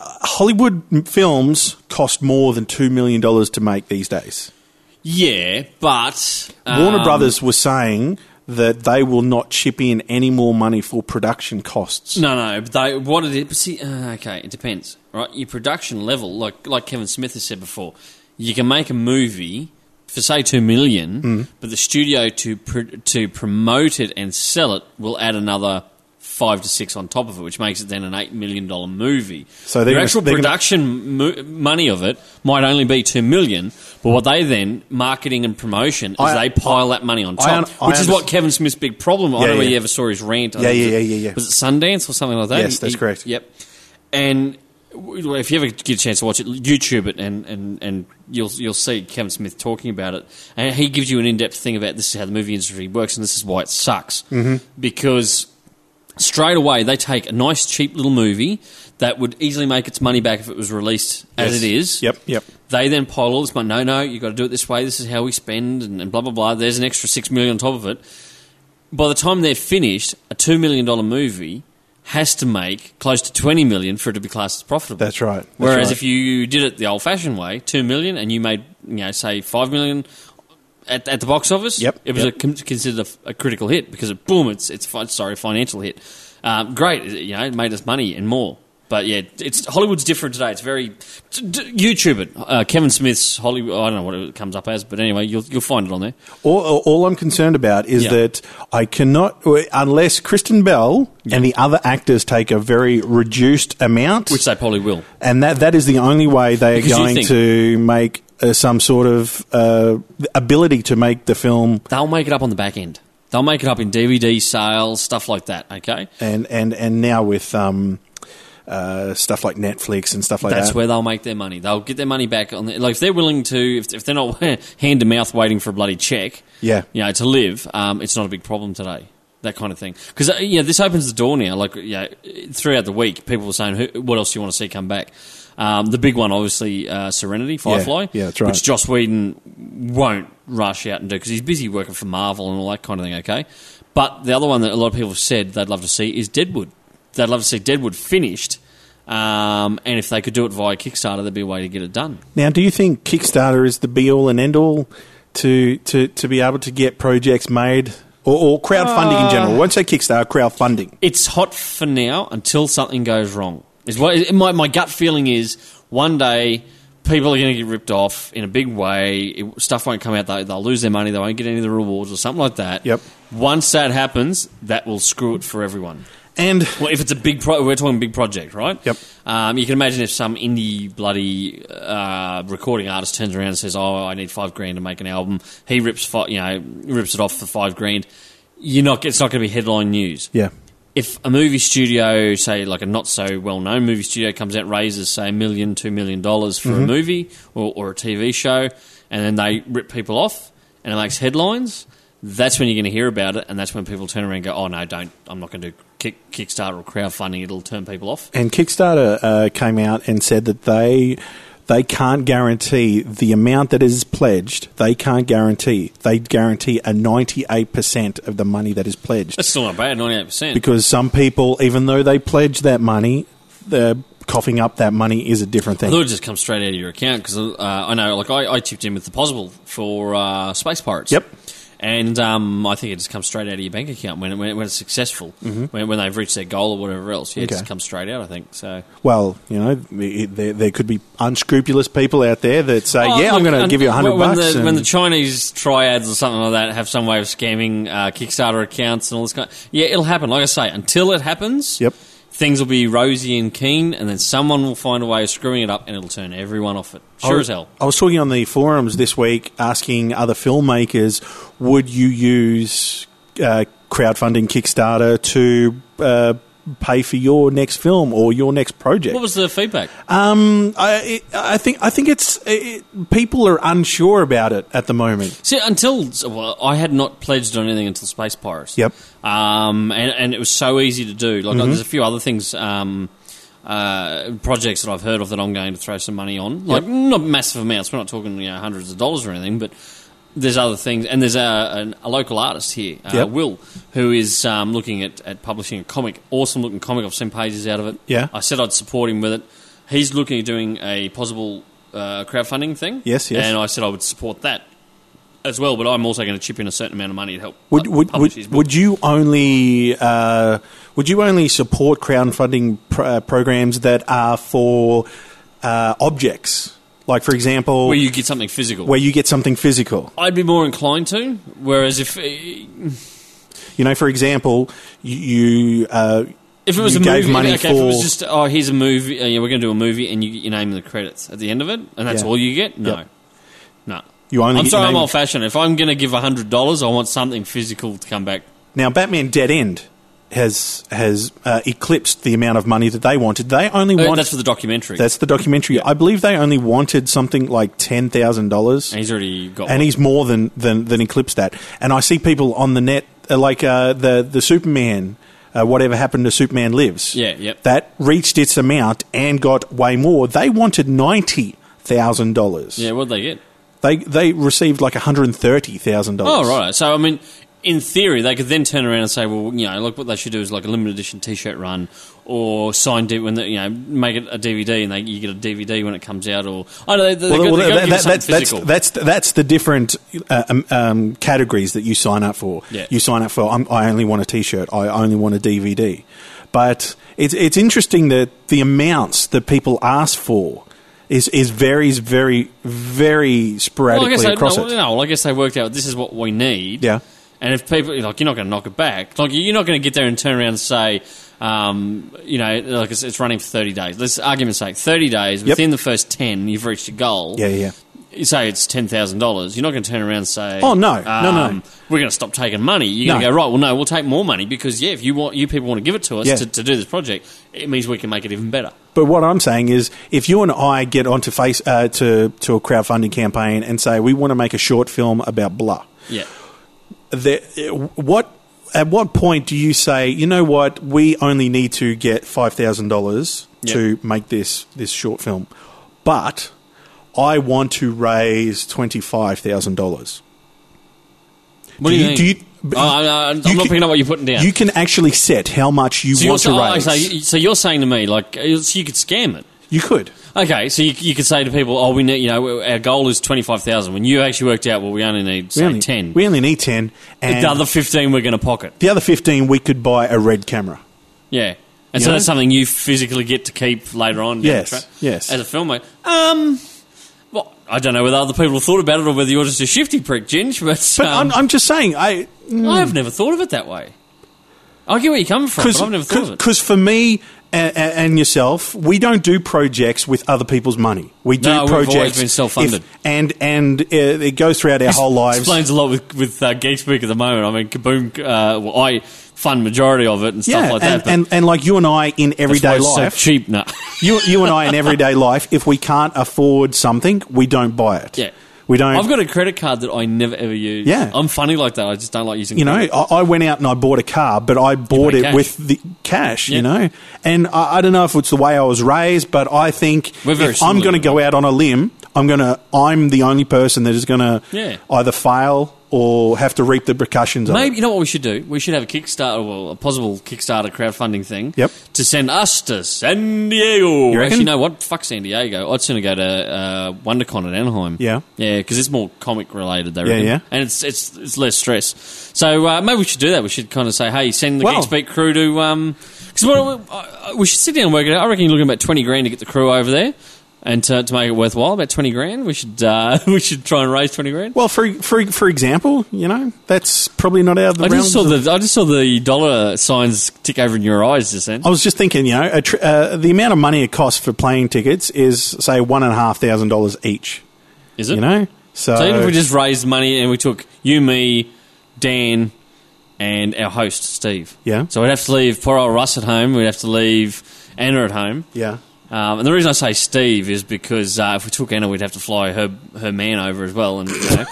B: Uh, Hollywood m- films cost more than two million dollars to make these days.
A: Yeah, but
B: Warner
A: um,
B: Brothers was saying that they will not chip in any more money for production costs.
A: No, no. But they, what it is, but see, uh, okay, it depends, right? Your production level, like like Kevin Smith has said before, you can make a movie for say two million,
B: Mm.
A: but the studio to pr- to promote it and sell it will add another five to six on top of it, which makes it then an eight million dollar movie.
B: So they're
A: the
B: gonna-
A: actual
B: they're gonna-
A: production mo- money of it might only be two million, but what they then marketing and promotion is
B: I-
A: they pile that money on
B: I
A: top,
B: un- I
A: which is what
B: underst-
A: Kevin Smith's big problem. I
B: Yeah,
A: don't know
B: yeah.
A: whether you ever saw his rant. I
B: Yeah,
A: think it
B: yeah,
A: was-
B: yeah, yeah, yeah.
A: Was it Sundance or something like that?
B: Yes, that's correct.
A: Yep. And w- if you ever get a chance to watch it, YouTube it, and, and, and you'll you'll see Kevin Smith talking about it, and he gives you an in depth thing about this is how the movie industry works, and this is why it sucks mm-hmm. because straight away they take a nice cheap little movie that would easily make its money back if it was released as
B: Yes.
A: it is.
B: Yep, yep.
A: They then pile all this money. No, no, you've got to do it this way. This is how we spend, and, and blah blah blah. There's an extra six million on top of it. By the time they're finished, a two million dollar movie has to make close to twenty million for it to be classed as profitable.
B: That's right. That's
A: Whereas
B: right.
A: if you did it the old fashioned way, two million, and you made you know say five million at, at the box office,
B: Yep,
A: it was
B: yep.
A: a, con- considered a, a critical hit because it, boom, it's it's fi- sorry financial hit. Um, great, it- you know, it made us money and more. But yeah, it's Hollywood's different today. It's very t- d- YouTube it. Uh, Kevin Smith's Hollywood. I don't know what it comes up as, but anyway, you'll you'll find it on there.
B: All, all- all I'm concerned about is
A: Yeah.
B: that I cannot, unless Kristen Bell and the other actors take a very reduced amount,
A: Which they probably will.
B: and that that is the only way they are
A: Because you
B: going
A: think-
B: to make uh, some sort of uh, ability to make the film
A: They'll make it up on the back end. They'll make it up in DVD sales, stuff like that. Okay,
B: and and and now with um, uh, stuff like Netflix and stuff like
A: that's
B: that.
A: where they'll make their money. They'll get their money back on. The, like if they're willing to, if, if they're not hand to mouth waiting for a bloody check,
B: Yeah.
A: you know, to live, um, it's not a big problem today. That kind of thing, because uh, yeah, this opens the door now. Like yeah, throughout the week, people were saying, Who, "What else do you want to see come back?" Um, the big one, obviously, uh, Serenity, Firefly,
B: yeah, that's right.
A: which Joss Whedon won't rush out and do because he's busy working for Marvel and all that kind of thing. Okay, but the other one that a lot of people have said they'd love to see is Deadwood. They'd love to see Deadwood finished, um, and if they could do it via Kickstarter, that'd be a way to get it done.
B: Now, do you think Kickstarter is the be all and end all to to to be able to get projects made? Or, or crowdfunding in general. I won't say Kickstarter, crowdfunding.
A: it's hot for now until something goes wrong. Is what it- my my gut feeling is. One day people are going to get ripped off in a big way. It, stuff won't come out. They, they'll lose their money. They won't get any of the rewards or something like that.
B: Yep.
A: Once that happens, that will screw it for everyone.
B: And
A: Well, if it's a big, pro- we're talking big project, right?
B: Yep.
A: Um, you can imagine if some indie bloody uh, recording artist turns around and says, "Oh, I need five grand to make an album." He rips, fi- you know, rips it off for five grand. You're not. It's not going to be headline news
B: Yeah.
A: if a movie studio, say like a not so well known movie studio, comes out and raises say a million, two million dollars for a movie or, or a TV show, and then they rip people off and it makes headlines, that's when you're going to hear about it, and that's when people turn around and go, "Oh no, don't! I'm not going to do kick, Kickstarter or crowdfunding. It'll turn people off."
B: And Kickstarter uh, came out and said that they they can't guarantee the amount that is pledged. They can't guarantee. They guarantee a 98% of the money that is pledged.
A: That's still not bad, 98%.
B: Because some people, even though they pledge that money, the coughing up that money is a different
A: I
B: thing.
A: thought it just comes straight out of your account because uh, I know, like, I, I tipped in with the possible for uh, Space Pirates.
B: Yep.
A: And um, I think it just comes straight out of your bank account when, it, when, it, when it's successful, when, when they've reached their goal or whatever else. Yeah, it just
B: Mm-hmm. Okay. Uh,
A: comes straight out, I think. So
B: Well, you know, it- there, there could be unscrupulous people out there that say,
A: Oh,
B: "Yeah,
A: look,
B: I'm going to
A: and
B: give you a hundred
A: when
B: bucks."
A: The,
B: and-
A: When the Chinese triads or something like that have some way of scamming uh, Kickstarter accounts and all this kind, yeah, it'll happen. Like I say, until it happens,
B: Yep.
A: things will be rosy and keen, and then someone will find a way of screwing it up, and it'll turn everyone off it. Sure
B: I-
A: as hell.
B: I was talking on the forums this week, asking other filmmakers, would you use uh, crowdfunding Kickstarter to uh, pay for your next film or your next project?
A: What was the feedback?
B: um, I, I think I think it's it, people are unsure about it at the moment.
A: See, until well, I had not pledged on anything until Space Pirates.
B: Yep.
A: Um, and, and it was so easy to do. Like,
B: Mm-hmm.
A: there's a few other things, um, uh, projects that I've heard of that I'm going to throw some money on. Like, not massive amounts. We're not talking you know hundreds of dollars or anything, but there's other things. And there's a, an- a local artist here, uh,
B: Yep.
A: Will, who is um, looking at, at publishing a comic. Awesome looking comic. I've seen pages out of it.
B: Yeah.
A: I said I'd support him with it. He's looking at doing a possible uh, crowdfunding thing.
B: Yes, yes.
A: And I said I would support that as well, but I'm also going to chip in a certain amount of money to help
B: Would
A: pu-
B: would
A: publish
B: would,
A: his book.
B: would you only uh, would you only support crowdfunding pr- uh, programs that are for uh, objects, like for example,
A: where you get something physical.
B: where you get something physical?
A: I'd be more inclined to, whereas if if
B: You know, for example, you- you uh,
A: it was
B: You
A: a
B: gave
A: movie,
B: money
A: okay, if it was
B: for-
A: just oh here's a movie, uh, yeah, we're going to do a movie, and you get your name in the credits at the end of it, and that's
B: Yeah.
A: all you get. No,
B: Yep.
A: no.
B: you only
A: I'm
B: get
A: sorry, I'm
B: named-
A: old fashioned. If I'm going to give hundred dollars, I want something physical to come back.
B: now Batman Dead End has has uh, eclipsed the amount of money that they wanted. They only
A: Uh,
B: wanted
A: that's for the documentary,
B: that's the documentary. I believe they only wanted something like ten thousand dollars,
A: and he's already got.
B: and
A: one.
B: he's more than than than eclipsed that. And I see people on the net uh, like uh, the the Superman. Uh, whatever happened to Superman Lives?
A: Yeah, yep.
B: That reached its amount and got way more. They wanted ninety thousand dollars.
A: yeah, what'd they get?
B: They they received like one hundred and thirty thousand dollars.
A: Oh, right. So, I mean, in theory, they could then turn around and say, well, you know, look, what they should do is like a limited edition T-shirt run, or sign D- when they, you know make it a DVD and they you get a DVD when it comes out, or I know they, they,
B: Well,
A: they,
B: well,
A: they
B: that- that-
A: something
B: that- that's,
A: physical.
B: that's that's the different uh, um, um, categories that you sign up for.
A: Yeah.
B: You sign up for I'm, I only want a T-shirt. I only want a DVD. But it's it's interesting that the amounts that people ask for is is varies very very
A: well, I
B: sporadically
A: guess they,
B: across
A: no,
B: it.
A: no, well, I guess they worked out this is what we need.
B: Yeah.
A: And if people like, you're not going to knock it back. Like, you're not going to get there and turn around and say, um, you know, like it's, it's running for 30 days. Let's argument's sake, 30 days
B: Yep.
A: within the first 10, you've reached your goal.
B: Yeah, yeah.
A: you say it's ten thousand dollars, you're not going to turn around and say, um,
B: Oh, no. No, no.
A: we're going to stop taking money." You're going to
B: No.
A: go right. Well, no, we'll take more money because yeah, if you want, you people want to give it to us
B: Yeah.
A: to, to do this project, it means we can make it even better.
B: But what I'm saying is, if you and I get onto face uh, to to a crowdfunding campaign and say we want to make a short film about blah,
A: Yeah,
B: the, what at what point do you say you know what we only need to get five thousand dollars
A: Yep.
B: to make this this short film, but I want to raise twenty five thousand dollars.
A: what do, you,
B: Do you-
A: think?
B: do you-
A: Oh, I- I- I'm
B: you
A: not
B: can-
A: picking up what you're putting down.
B: You can actually set how much you
A: so, you're,
B: want
A: so,
B: to
A: oh,
B: raise.
A: so you- so you're saying to me like uh, so you could scam it.
B: you could.
A: Okay, so you, you could say to people, "Oh, we need, you know, our goal is twenty five thousand. When you actually worked out, well, we only need say
B: We only,
A: ten.
B: We only need ten, and
A: the other fifteen we're going to pocket.
B: the other fifteen we could buy a red camera.
A: Yeah. And
B: You
A: so
B: know?
A: that's something you physically get to keep later on. down the
B: Yes,
A: track.
B: yes.
A: As a filmmaker. Um, well, I don't know whether other people have thought about it or whether you're just a shifty prick, Ginge, but,
B: But
A: um,
B: I'm, I'm just saying, I
A: I've never thought of it that way. I get where you're coming from, but I've never thought of it.
B: Because for me and, and yourself, we don't do projects with other people's money. We do
A: No, we've always
B: projects
A: been self-funded.
B: if- and and uh, it goes throughout our whole lives.
A: Explains a lot with, with uh, Geek Speak at the moment. I mean, Kaboom, uh, well, I fund majority of it and stuff
B: yeah,
A: like
B: and,
A: that. but
B: and and like you and I in
A: that's why
B: everyday
A: it's so
B: life,
A: cheap now.
B: you you and I in everyday life, if we can't afford something, we don't buy it.
A: Yeah.
B: We don't.
A: I've got a credit card that I never ever use.
B: Yeah.
A: I'm funny like that. I just don't like using.
B: you know,
A: credit.
B: I, I went out and I bought a car, but I bought
A: paid
B: it
A: cash.
B: with the cash,
A: Yeah.
B: you know. And I, I don't know if it's the way I was raised, but I think
A: We're very
B: if I'm
A: similar
B: going to
A: with
B: go out on a limb, I'm going to. I'm the only person that is going to
A: Yeah.
B: either fail or have to reap the repercussions.
A: Maybe
B: of
A: you know what we should do. We should have a Kickstarter, well, a possible Kickstarter crowdfunding thing.
B: Yep.
A: To send us to San Diego.
B: You reckon?
A: Actually, you know what? Fuck San Diego. I'd sooner go to uh, WonderCon at Anaheim.
B: Yeah.
A: Yeah, because it's more comic related. They
B: Yeah,
A: reckon.
B: yeah.
A: And it's it's it's less stress. So uh, maybe we should do that. We should kind of say, hey, send the
B: Well-
A: Geekspeak crew to um, because what I- I- we should sit down and work it out. I reckon you're looking about twenty grand to get the crew over there. And to, to make it worthwhile, about twenty grand, we should uh, we should try and raise twenty grand.
B: Well, for for for example, you know, that's probably not out of the
A: I
B: realm.
A: just saw the I just saw the dollar signs tick over in your eyes just then.
B: I was just thinking, you know, a tr- uh, the amount of money it costs for plane tickets is say one and a half thousand dollars each.
A: Is it?
B: You know, uh, so,
A: so even if we just raised money and we took you, me, Dan, and our host Steve.
B: Yeah.
A: So we'd have to leave poor old Russ at home. We'd have to leave Anna at home.
B: yeah,
A: Um, and the reason I say Steve is because uh, if we took Anna, we'd have to fly her her man over as well. And you know.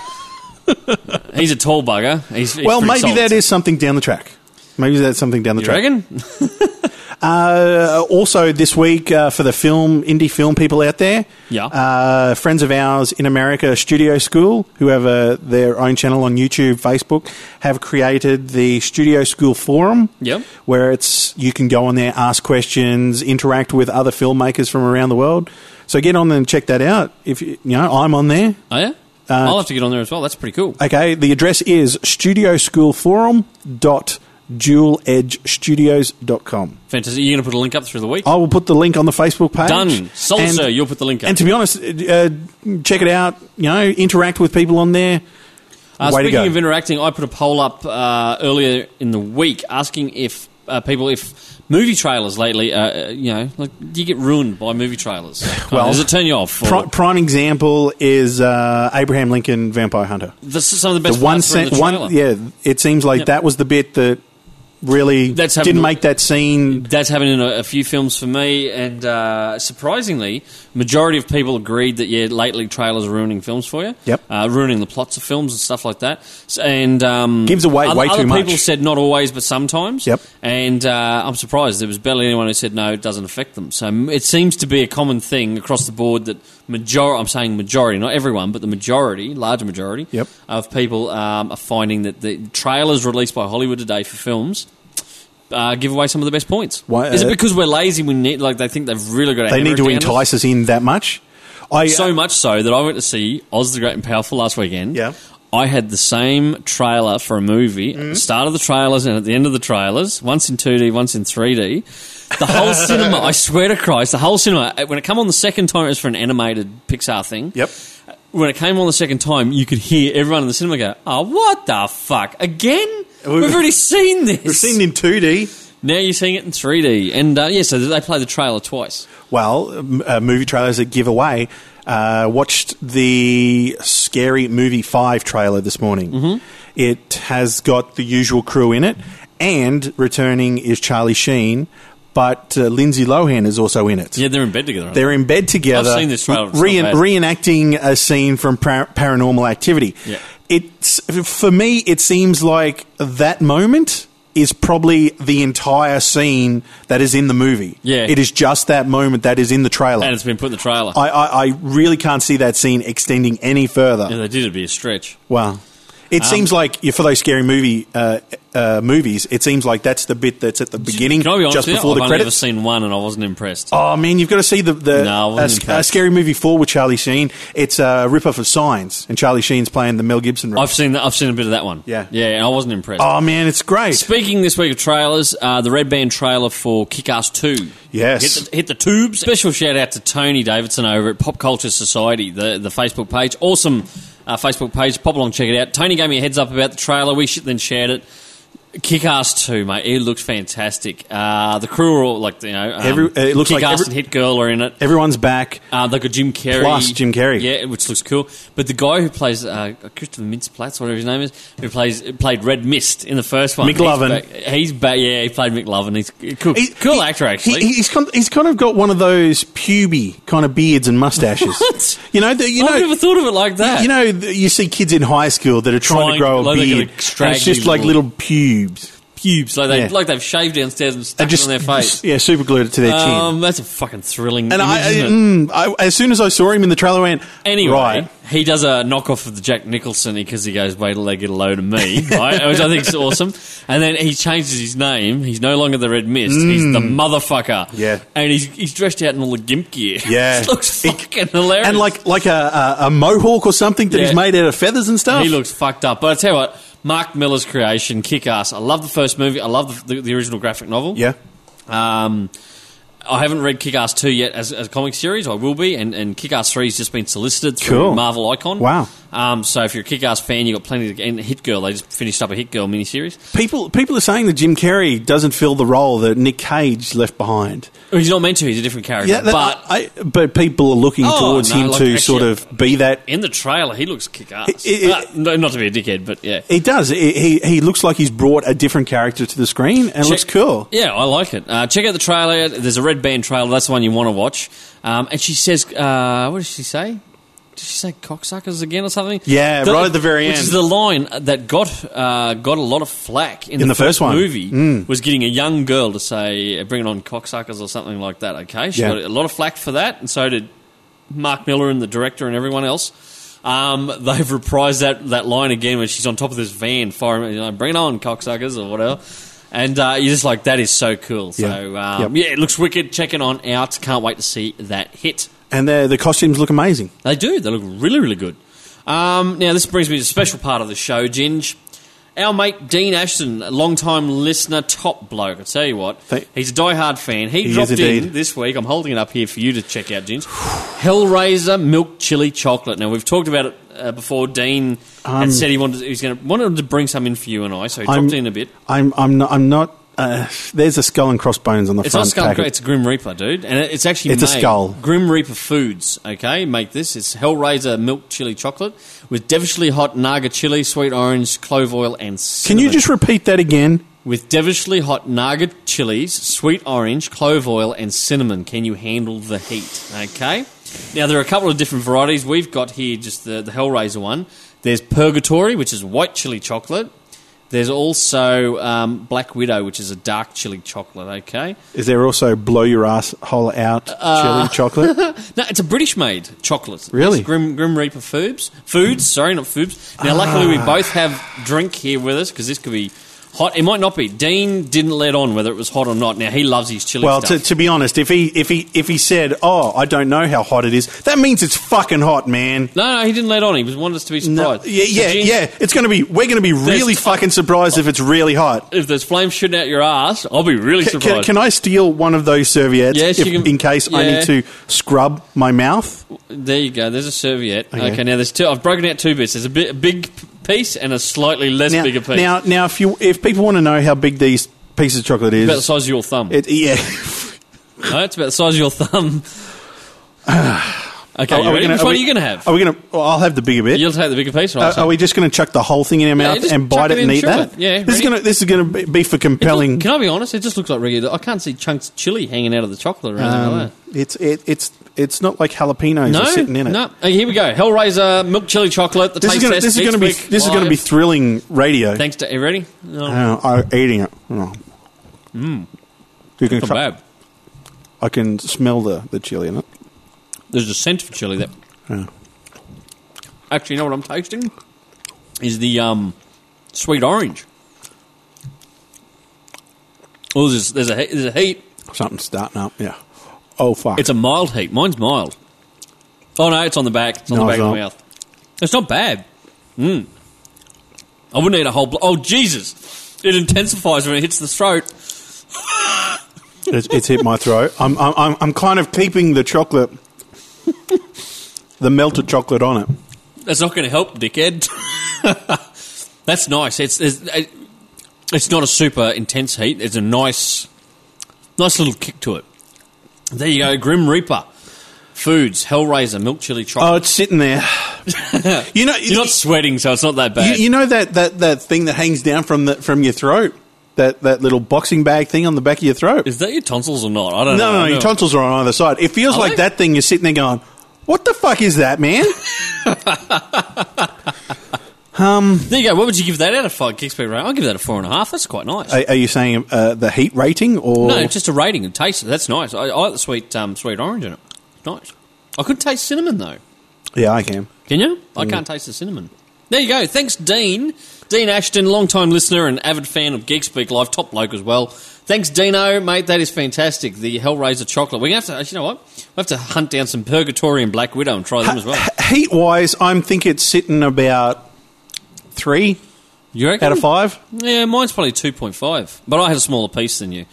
A: he's a tall bugger. He's, he's
B: well,
A: pretty
B: maybe
A: solid.
B: that is something down the track. Maybe that's something down the
A: You
B: track.
A: reckon?
B: Uh, also, this week uh, for the film indie film people out there,
A: Yeah.
B: uh, friends of ours in America, Studio School, who have uh, their own channel on YouTube, Facebook, have created the Studio School forum.
A: Yep.
B: where it's you can go on there, ask questions, interact with other filmmakers from around the world. So get on there and check that out. If you, you know, I'm on there.
A: Oh yeah.
B: Uh,
A: I'll have to get on there as well. That's pretty cool.
B: Okay, the address is studioschoolforum.dualedgestudios.com.
A: Fantastic. You're going to put a link up through the week.
B: I will put the link on the Facebook page.
A: Done. Sold,
B: Oh, And-
A: sir. You'll put the link up.
B: And to be honest, uh, check it out. You know, interact with people on there.
A: Uh,
B: Way to
A: speaking
B: go.
A: of interacting, I put a poll up uh, earlier in the week asking if uh, people if movie trailers lately, uh, uh, you know, like do you get ruined by movie trailers? Kinda,
B: Well,
A: does it turn you off? Or
B: Pri- prime example is uh, Abraham Lincoln, Vampire Hunter.
A: the, some of the best
B: The one
A: parts were in
B: scene,
A: the trailer.
B: one yeah. It seems like that was the bit that really
A: That's happened-
B: didn't make that scene.
A: That's happened in a, a few films for me, and uh, surprisingly, majority of people agreed that yeah, lately trailers are ruining films for you.
B: Yep.
A: uh, ruining the plots of films and stuff like that. S- and um,
B: Gives away
A: other,
B: way
A: other
B: too much.
A: People said not always, but sometimes.
B: Yep.
A: And uh, I'm surprised there was barely anyone who said no, it doesn't affect them. So m- it seems to be a common thing across the board that major I'm saying majority, not everyone, but the majority, large majority
B: Yep.
A: of people um, are finding that the trailers released by Hollywood today for films uh, give away some of the best points.
B: Why,
A: Is it
B: uh,
A: because we're lazy? We need like they think they've really got. our
B: They need
A: hammer down
B: to
A: us?
B: entice us in that much. I uh,
A: So much so that I went to see Oz the Great and Powerful last weekend.
B: Yeah. Mm-hmm.
A: I had the same trailer for a movie at the start of the trailers and at the end of the trailers, once in 2D, once in 3D. The whole cinema, I swear to Christ, the whole cinema, uh, when it came on the second time, it was for an animated Pixar thing.
B: Yep.
A: When it came on the second time, you could hear everyone in the cinema go, oh, what the fuck? Again?
B: We-
A: We've already seen this.
B: We've seen it in two D.
A: Now you're seeing it in 3D. And uh, yeah, so they play the trailer twice.
B: Well, m- uh, movie trailers that give away. Uh, watched the scary movie five trailer this morning. It has got the usual crew in it, and returning is Charlie Sheen, but uh, Lindsay Lohan is also in it.
A: Yeah, they're in bed together. aren't they?
B: They're in bed together,
A: I've seen this trailer. It's
B: re-
A: not bad.
B: reenacting a scene from par- Paranormal Activity.
A: Yeah.
B: It's for me, it seems like that moment is probably the entire scene that is in the movie.
A: Yeah.
B: it is just that moment that is in the trailer.
A: And it's been put in the trailer.
B: I, I, I really can't see that scene extending any further.
A: Yeah, Um, they did. It'd be a stretch.
B: Wow. It seems like yeah, for those scary movie uh, uh, movies, it seems like that's the bit that's at the beginning,
A: Can I be honest
B: just
A: with you?
B: before
A: I've
B: the
A: only ever
B: credits.
A: seen one, and I wasn't impressed.
B: Oh man, you've got to see the the
A: No, I wasn't
B: uh, sc-
A: impressed.
B: uh, scary movie four with Charlie Sheen. It's a rip off of Signs, and Charlie Sheen's playing the Mel Gibson role.
A: I've seen that. I've seen a bit of that one.
B: Yeah.
A: yeah, and I wasn't impressed.
B: oh man, it's great.
A: Speaking this week of trailers, uh, the Red Band trailer for Kick Ass 2.
B: Yes.
A: Hit the, hit the tubes. Special shout out to Tony Davidson over at Pop Culture Society, the, the Facebook page. Awesome uh, Facebook page. Pop along, check it out. Tony gave me a heads up about the trailer. We sh- then shared it. Kick Ass 2, mate. It looked fantastic. Uh, the crew are all like, you know, um,
B: Every- it looks
A: Kick
B: like
A: Ass
B: every-
A: and Hit Girl are in it.
B: Everyone's back.
A: Uh, they got Jim Carrey.
B: Plus Jim Carrey.
A: Yeah, which looks cool. But the guy who plays uh, Christopher Mintz Platz, whatever his name is, who plays played Red Mist in the first one. He's
B: McLovin.
A: back. He's back. Yeah, he played McLovin. He's a cool,
B: He-
A: cool
B: he-
A: actor, actually.
B: He, he's, kind, he's kind of got one of those puby kind of beards and mustaches.
A: What?
B: You know, the, you
A: I've
B: know,
A: never thought of it like that.
B: you know, the, you see kids in high school that are trying,
A: Trying-
B: to grow a
A: like they got a
B: beard. and
A: straggly
B: it's just like
A: little-
B: little pubes.
A: pubes. Like, they,
B: Yeah.
A: like they've shaved downstairs and
B: They
A: stuck
B: just
A: it on their face.
B: Yeah, super glued it to their chin.
A: Um, that's a fucking thrilling
B: And
A: image,
B: I, I,
A: isn't it?
B: mm, I, as soon as I saw him in the trailer, I went,
A: Anyway,
B: right.
A: he does a knockoff of the Jack Nicholson because he goes, wait till they get a load of me, right? Which I think is awesome. And then he changes his name. He's no longer the Red Mist. He's the motherfucker.
B: Mm. Yeah.
A: And he's, he's dressed out in all the gimp gear.
B: Yeah.
A: It looks
B: He-
A: fucking hilarious.
B: And like like a, a, a mohawk or something that
A: Yeah.
B: he's made out of feathers and stuff.
A: He looks fucked up. But I tell you what, Mark Miller's creation, kick ass. I love the first movie. I love the, the, the original graphic novel.
B: yeah.
A: Um, I haven't read Kick Ass 2 yet as, as a comic series. I will be. And, and Kick Ass 3 has just been solicited through
B: Cool.
A: Marvel Icon.
B: Wow.
A: Um, so if you're a Kick Ass fan, you've got plenty to And Hit Girl, they just finished up a Hit Girl miniseries.
B: People people are saying that Jim Carrey doesn't fill the role that Nick Cage left behind.
A: He's not meant to, he's a different character.
B: Yeah, that,
A: but
B: I, but people are looking
A: Oh,
B: towards
A: no,
B: him
A: like,
B: to
A: actually-
B: sort of be that.
A: in the trailer, he looks kick ass.
B: It- it-
A: no, not to be a dickhead, but yeah.
B: He does. He, he he looks like he's brought a different character to the screen and looks
A: Check-
B: cool.
A: Yeah, I like it. Uh, check out the trailer. There's a red band trailer. That's the one you want to watch. Um, and she says, uh, what does she say? Did she say cocksuckers again or something?
B: Yeah, right at the very
A: which
B: end.
A: is the line that got uh, got a lot of flack in,
B: the first one. Mm.
A: movie. Was getting a young girl to say, "Bring it on, cocksuckers" or something like that. Okay, she
B: Yeah.
A: got a lot of flack for that, and so did Mark Miller and the director and everyone else. Um, they've reprised that, that line again when she's on top of this van firing, you know, bring it on, cocksuckers, or whatever. And uh, you're just like, that is so cool. So,
B: Yeah.
A: um,
B: Yep.
A: yeah, it looks wicked. Check it on out. Can't wait to see that hit.
B: And the the costumes look amazing.
A: They do. They look really, really good. Um, now, this brings me to a special part of the show, Ginge. Our mate Dean Ashton, a long-time listener, top bloke. I tell you what,
B: Thank-
A: he's a die-hard fan. He,
B: is
A: dropped in
B: indeed.
A: this week. I'm holding it up here for you to check out, Ginge. Hellraiser milk chili chocolate. Now we've talked about it uh, before. Dean had
B: Um,
A: said he wanted he's going to wanted to bring some in for you and I, so he dropped
B: I'm-
A: in a bit.
B: I'm I'm not. I'm not uh, there's a skull and crossbones on the
A: It's not
B: front
A: Skull and
B: packet.
A: Cro- It's Grim Reaper, dude, and it- it's actually
B: It's a
A: made-
B: skull.
A: Grim Reaper Foods. Okay, make this. It's Hellraiser milk chili chocolate with devilishly hot naga chili, sweet orange, clove oil, and
B: Can
A: cinnamon.
B: you just repeat that again?
A: with devilishly hot naga chilies, sweet orange, clove oil, and cinnamon? Can you handle the heat? Okay. Now there are a couple of different varieties. We've got here just the the Hellraiser one. There's Purgatory, which is white chili chocolate. There's also um, Black Widow, which is a dark chili chocolate. Okay.
B: Is there also blow your ass hole out
A: Uh,
B: chili chocolate?
A: No, it's a British made chocolate.
B: Really?
A: It's Grim, Grim Reaper Foods. Foods, sorry, not Foobs. Now, luckily, we
B: Ah.
A: both have drink here with us because this could be hot. It might not be. Dean didn't let on whether it was hot or not. Now, he loves his chili
B: Well, to,
A: stuff.
B: to be honest, if he if he if he said, "Oh, I don't know how hot it is," that means it's fucking hot, man.
A: no, no, he didn't let on. He was wanted us to be surprised.
B: yeah,
A: So,
B: yeah,
A: Jin,
B: yeah. It's going to be. We're going to be really
A: t-
B: fucking surprised if it's really hot.
A: If there's flames shooting out your ass, I'll be really
B: Can,
A: surprised.
B: can, can I steal one of those serviettes
A: Yes,
B: if-
A: you can-
B: in case I
A: yeah.
B: need to scrub my mouth?
A: There you go. There's a serviette. Okay.
B: Okay.
A: now there's two. I've broken out two bits. There's a, bit, a big piece and a slightly less
B: Now,
A: bigger piece.
B: now, now, if you if people want to know how big these pieces of chocolate
A: about the
B: is,
A: size of your thumb.
B: it, yeah.
A: No, it's about the size of your thumb. okay,
B: Are-
A: you
B: are we
A: ready?
B: gonna-
A: which
B: are
A: one
B: we-
A: are you going to have?
B: Are we going to? Well, I'll have the bigger bit.
A: You'll take the bigger piece,
B: Uh,
A: right?
B: are we just going to chuck the whole thing in our mouth
A: just
B: and
A: chuck
B: bite
A: it
B: it and
A: in,
B: eat
A: chew
B: that?
A: it. Yeah,
B: this
A: ready?
B: is going to this is going to be for compelling.
A: Can I be honest? It just looks like regular. I can't see chunks of chili hanging out of the chocolate or anything like
B: Um,
A: that.
B: it's it, it's it's not like jalapenos
A: No,
B: are sitting in it.
A: no. Okay, here we go. Hellraiser milk chili chocolate. The
B: This
A: taste
B: is gonna
A: test.
B: this is
A: next
B: gonna be
A: week
B: this is gonna
A: live.
B: be thrilling radio.
A: Thanks to you ready? No,
B: Uh, I'm eating it. Mm. You can
A: not
B: try-
A: bad.
B: I can smell the, the chili in it. Uh,
A: There's a scent of chili there.
B: Yeah.
A: Actually, you know what I'm tasting? Is the um, sweet orange. Oh, there's, there's a he- there's a heat.
B: Something's starting up. Yeah. Oh fuck.
A: It's a mild heat. Mine's mild. Oh no, it's on the back. It's on
B: No,
A: the back
B: it's
A: of the
B: not.
A: mouth. It's not bad. Mm. I wouldn't eat a whole. Blo- oh Jesus! It intensifies when it hits the throat.
B: it's, it's hit my throat. I'm, I'm I'm I'm kind of keeping the chocolate, the melted chocolate on it.
A: That's not going to help, dickhead. That's nice. It's, it's it, It's not a super intense heat. It's a nice, nice little kick to it. There you go, Grim Reaper. Foods, Hellraiser, milk chili
B: Oh,
A: chocolate.
B: it's sitting there. Uh, you know,
A: You're not sweating, so it's not that bad.
B: You, you know that, that, that thing that hangs down from the from your throat, that that little boxing bag thing on the back of your throat.
A: Is that your tonsils or not? I don't
B: no,
A: know.
B: no,
A: I
B: your
A: know.
B: tonsils are on either side. It feels
A: Are
B: like
A: they?
B: that thing. You're sitting there going, "What the fuck is that, man?"
A: There you go. What would you give that out of five kicks per round? I'll give that a four and a half. That's quite nice.
B: are, are you saying uh, the heat rating or
A: no, just a rating and taste. it. That's nice. I, I like the sweet, um, sweet orange in it. It's nice. I could taste cinnamon though.
B: yeah, I can.
A: Can you? I can't taste the cinnamon. There you go. Thanks, Dean. Dean Ashton, long-time listener and avid fan of Geek Speak Live, top bloke as well. Thanks, Dino, mate. That is fantastic. The Hellraiser chocolate. We're gonna have to. actually, You know what? We have to hunt down some Purgatory and Black Widow and try them as well.
B: Heat wise, I'm think it's sitting about three
A: You reckon?
B: out of five.
A: Yeah, mine's probably two point five, but I had a smaller piece than you.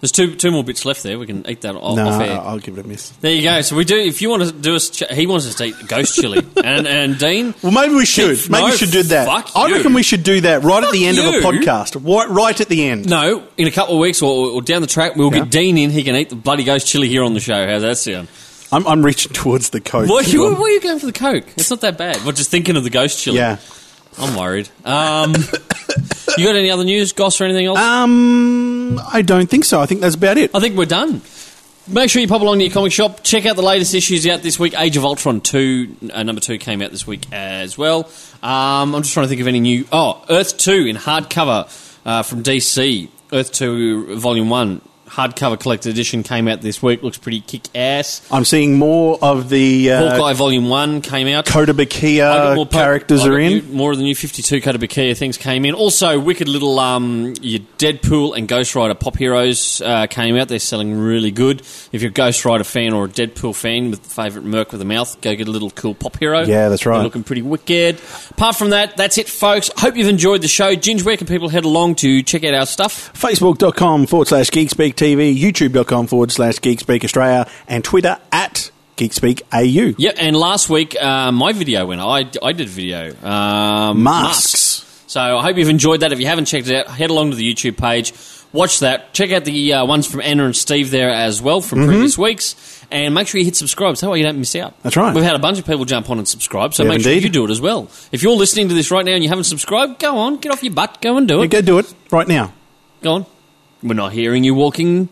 A: There's two two more bits left there. We can eat that off,
B: no,
A: off air.
B: I'll give it a miss.
A: There you go. So we do. If you want to do us, ch- he wants us to eat ghost chili, and and Dean.
B: Well, maybe we should.
A: Shit,
B: Maybe
A: no,
B: we should do that.
A: fuck
B: I
A: you.
B: reckon we should do that right at the end of a
A: you.
B: podcast. Right, right at the end.
A: No, in a couple of weeks or, or down the track, we'll
B: Yeah.
A: get Dean in. He can eat the bloody ghost chili here on the show. How's that sound?
B: I'm, I'm reaching towards the coach.
A: Why, you, why are you going for the coke? It's not that bad. We're just thinking of the ghost chili.
B: Yeah.
A: I'm worried. Um, you got any other news, Goss, or anything else?
B: Um, I don't think so. I think that's about it.
A: I think we're done. Make sure you pop along to your comic shop. Check out the latest issues out this week. Age of Ultron 2, uh, number 2 came out this week as well. Um, I'm just trying to think of any new. Oh, Earth 2 in hardcover uh, from DC. Earth 2, Volume 1, hardcover collected edition came out this week. Looks pretty kick ass.
B: I'm seeing more of the uh,
A: Hawkeye Volume 1 came out. I got more
B: Kotobukiya
A: po-
B: Uh, characters
A: I got
B: are in.
A: new- more of the new 52 Kotobukiya things came in. Also, wicked little um, your Deadpool and Ghost Rider pop heroes uh, came out. They're selling really good. If you're a Ghost Rider fan or a Deadpool fan with the favourite Merc with a mouth, go get a little cool pop hero.
B: Yeah, that's right.
A: They're looking pretty wicked. Apart from that, that's it, folks. Hope you've enjoyed the show. Ginge, where can people head along to check out our stuff?
B: Facebook.com forward slash Geekspeak TV, YouTube.com forward slash Geekspeak Australia, and Twitter at Geekspeak AU.
A: Yep. And last week, uh, my video went. I I did a video. Um,
B: Masks.
A: So I hope you've enjoyed that. If you haven't checked it out, head along to the YouTube page, watch that. Check out the uh, ones from Anna and Steve there as well from
B: Mm-hmm.
A: previous weeks, and make sure you hit subscribe. So that way you don't miss out.
B: That's right.
A: We've had a bunch of people jump on and subscribe, so
B: Yeah,
A: make sure
B: indeed.
A: you do it as well. If you're listening to this right now and you haven't subscribed, go on, get off your butt, go and do
B: Yeah,
A: it.
B: go do it right now.
A: Go on. We're not hearing you walking.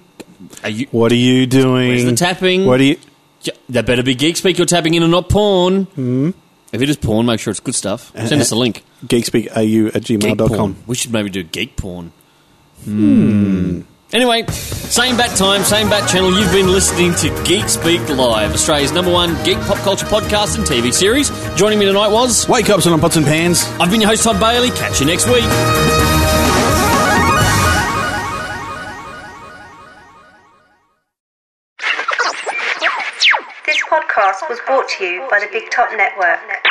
A: Are you?
B: What are you doing?
A: Where's the tapping?
B: Mm. What are you.
A: Yeah, That better be geek speak. You're tapping in and not porn. Mm. If it is porn, make sure it's good stuff.
B: Uh,
A: Send us a link.
B: GeekspeakAU at
A: Geek porn.
B: gmail.com.
A: We should maybe do geek porn. Hmm. Anyway, same bat time, same bat channel. You've been listening to Geek Speak Live, Australia's number one geek pop culture podcast and TV series. Joining me tonight was
B: Wake up, son on pots and pans.
A: I've been your host Todd Bailey. Catch you next week.
C: This podcast was brought to you by the Big Top Network.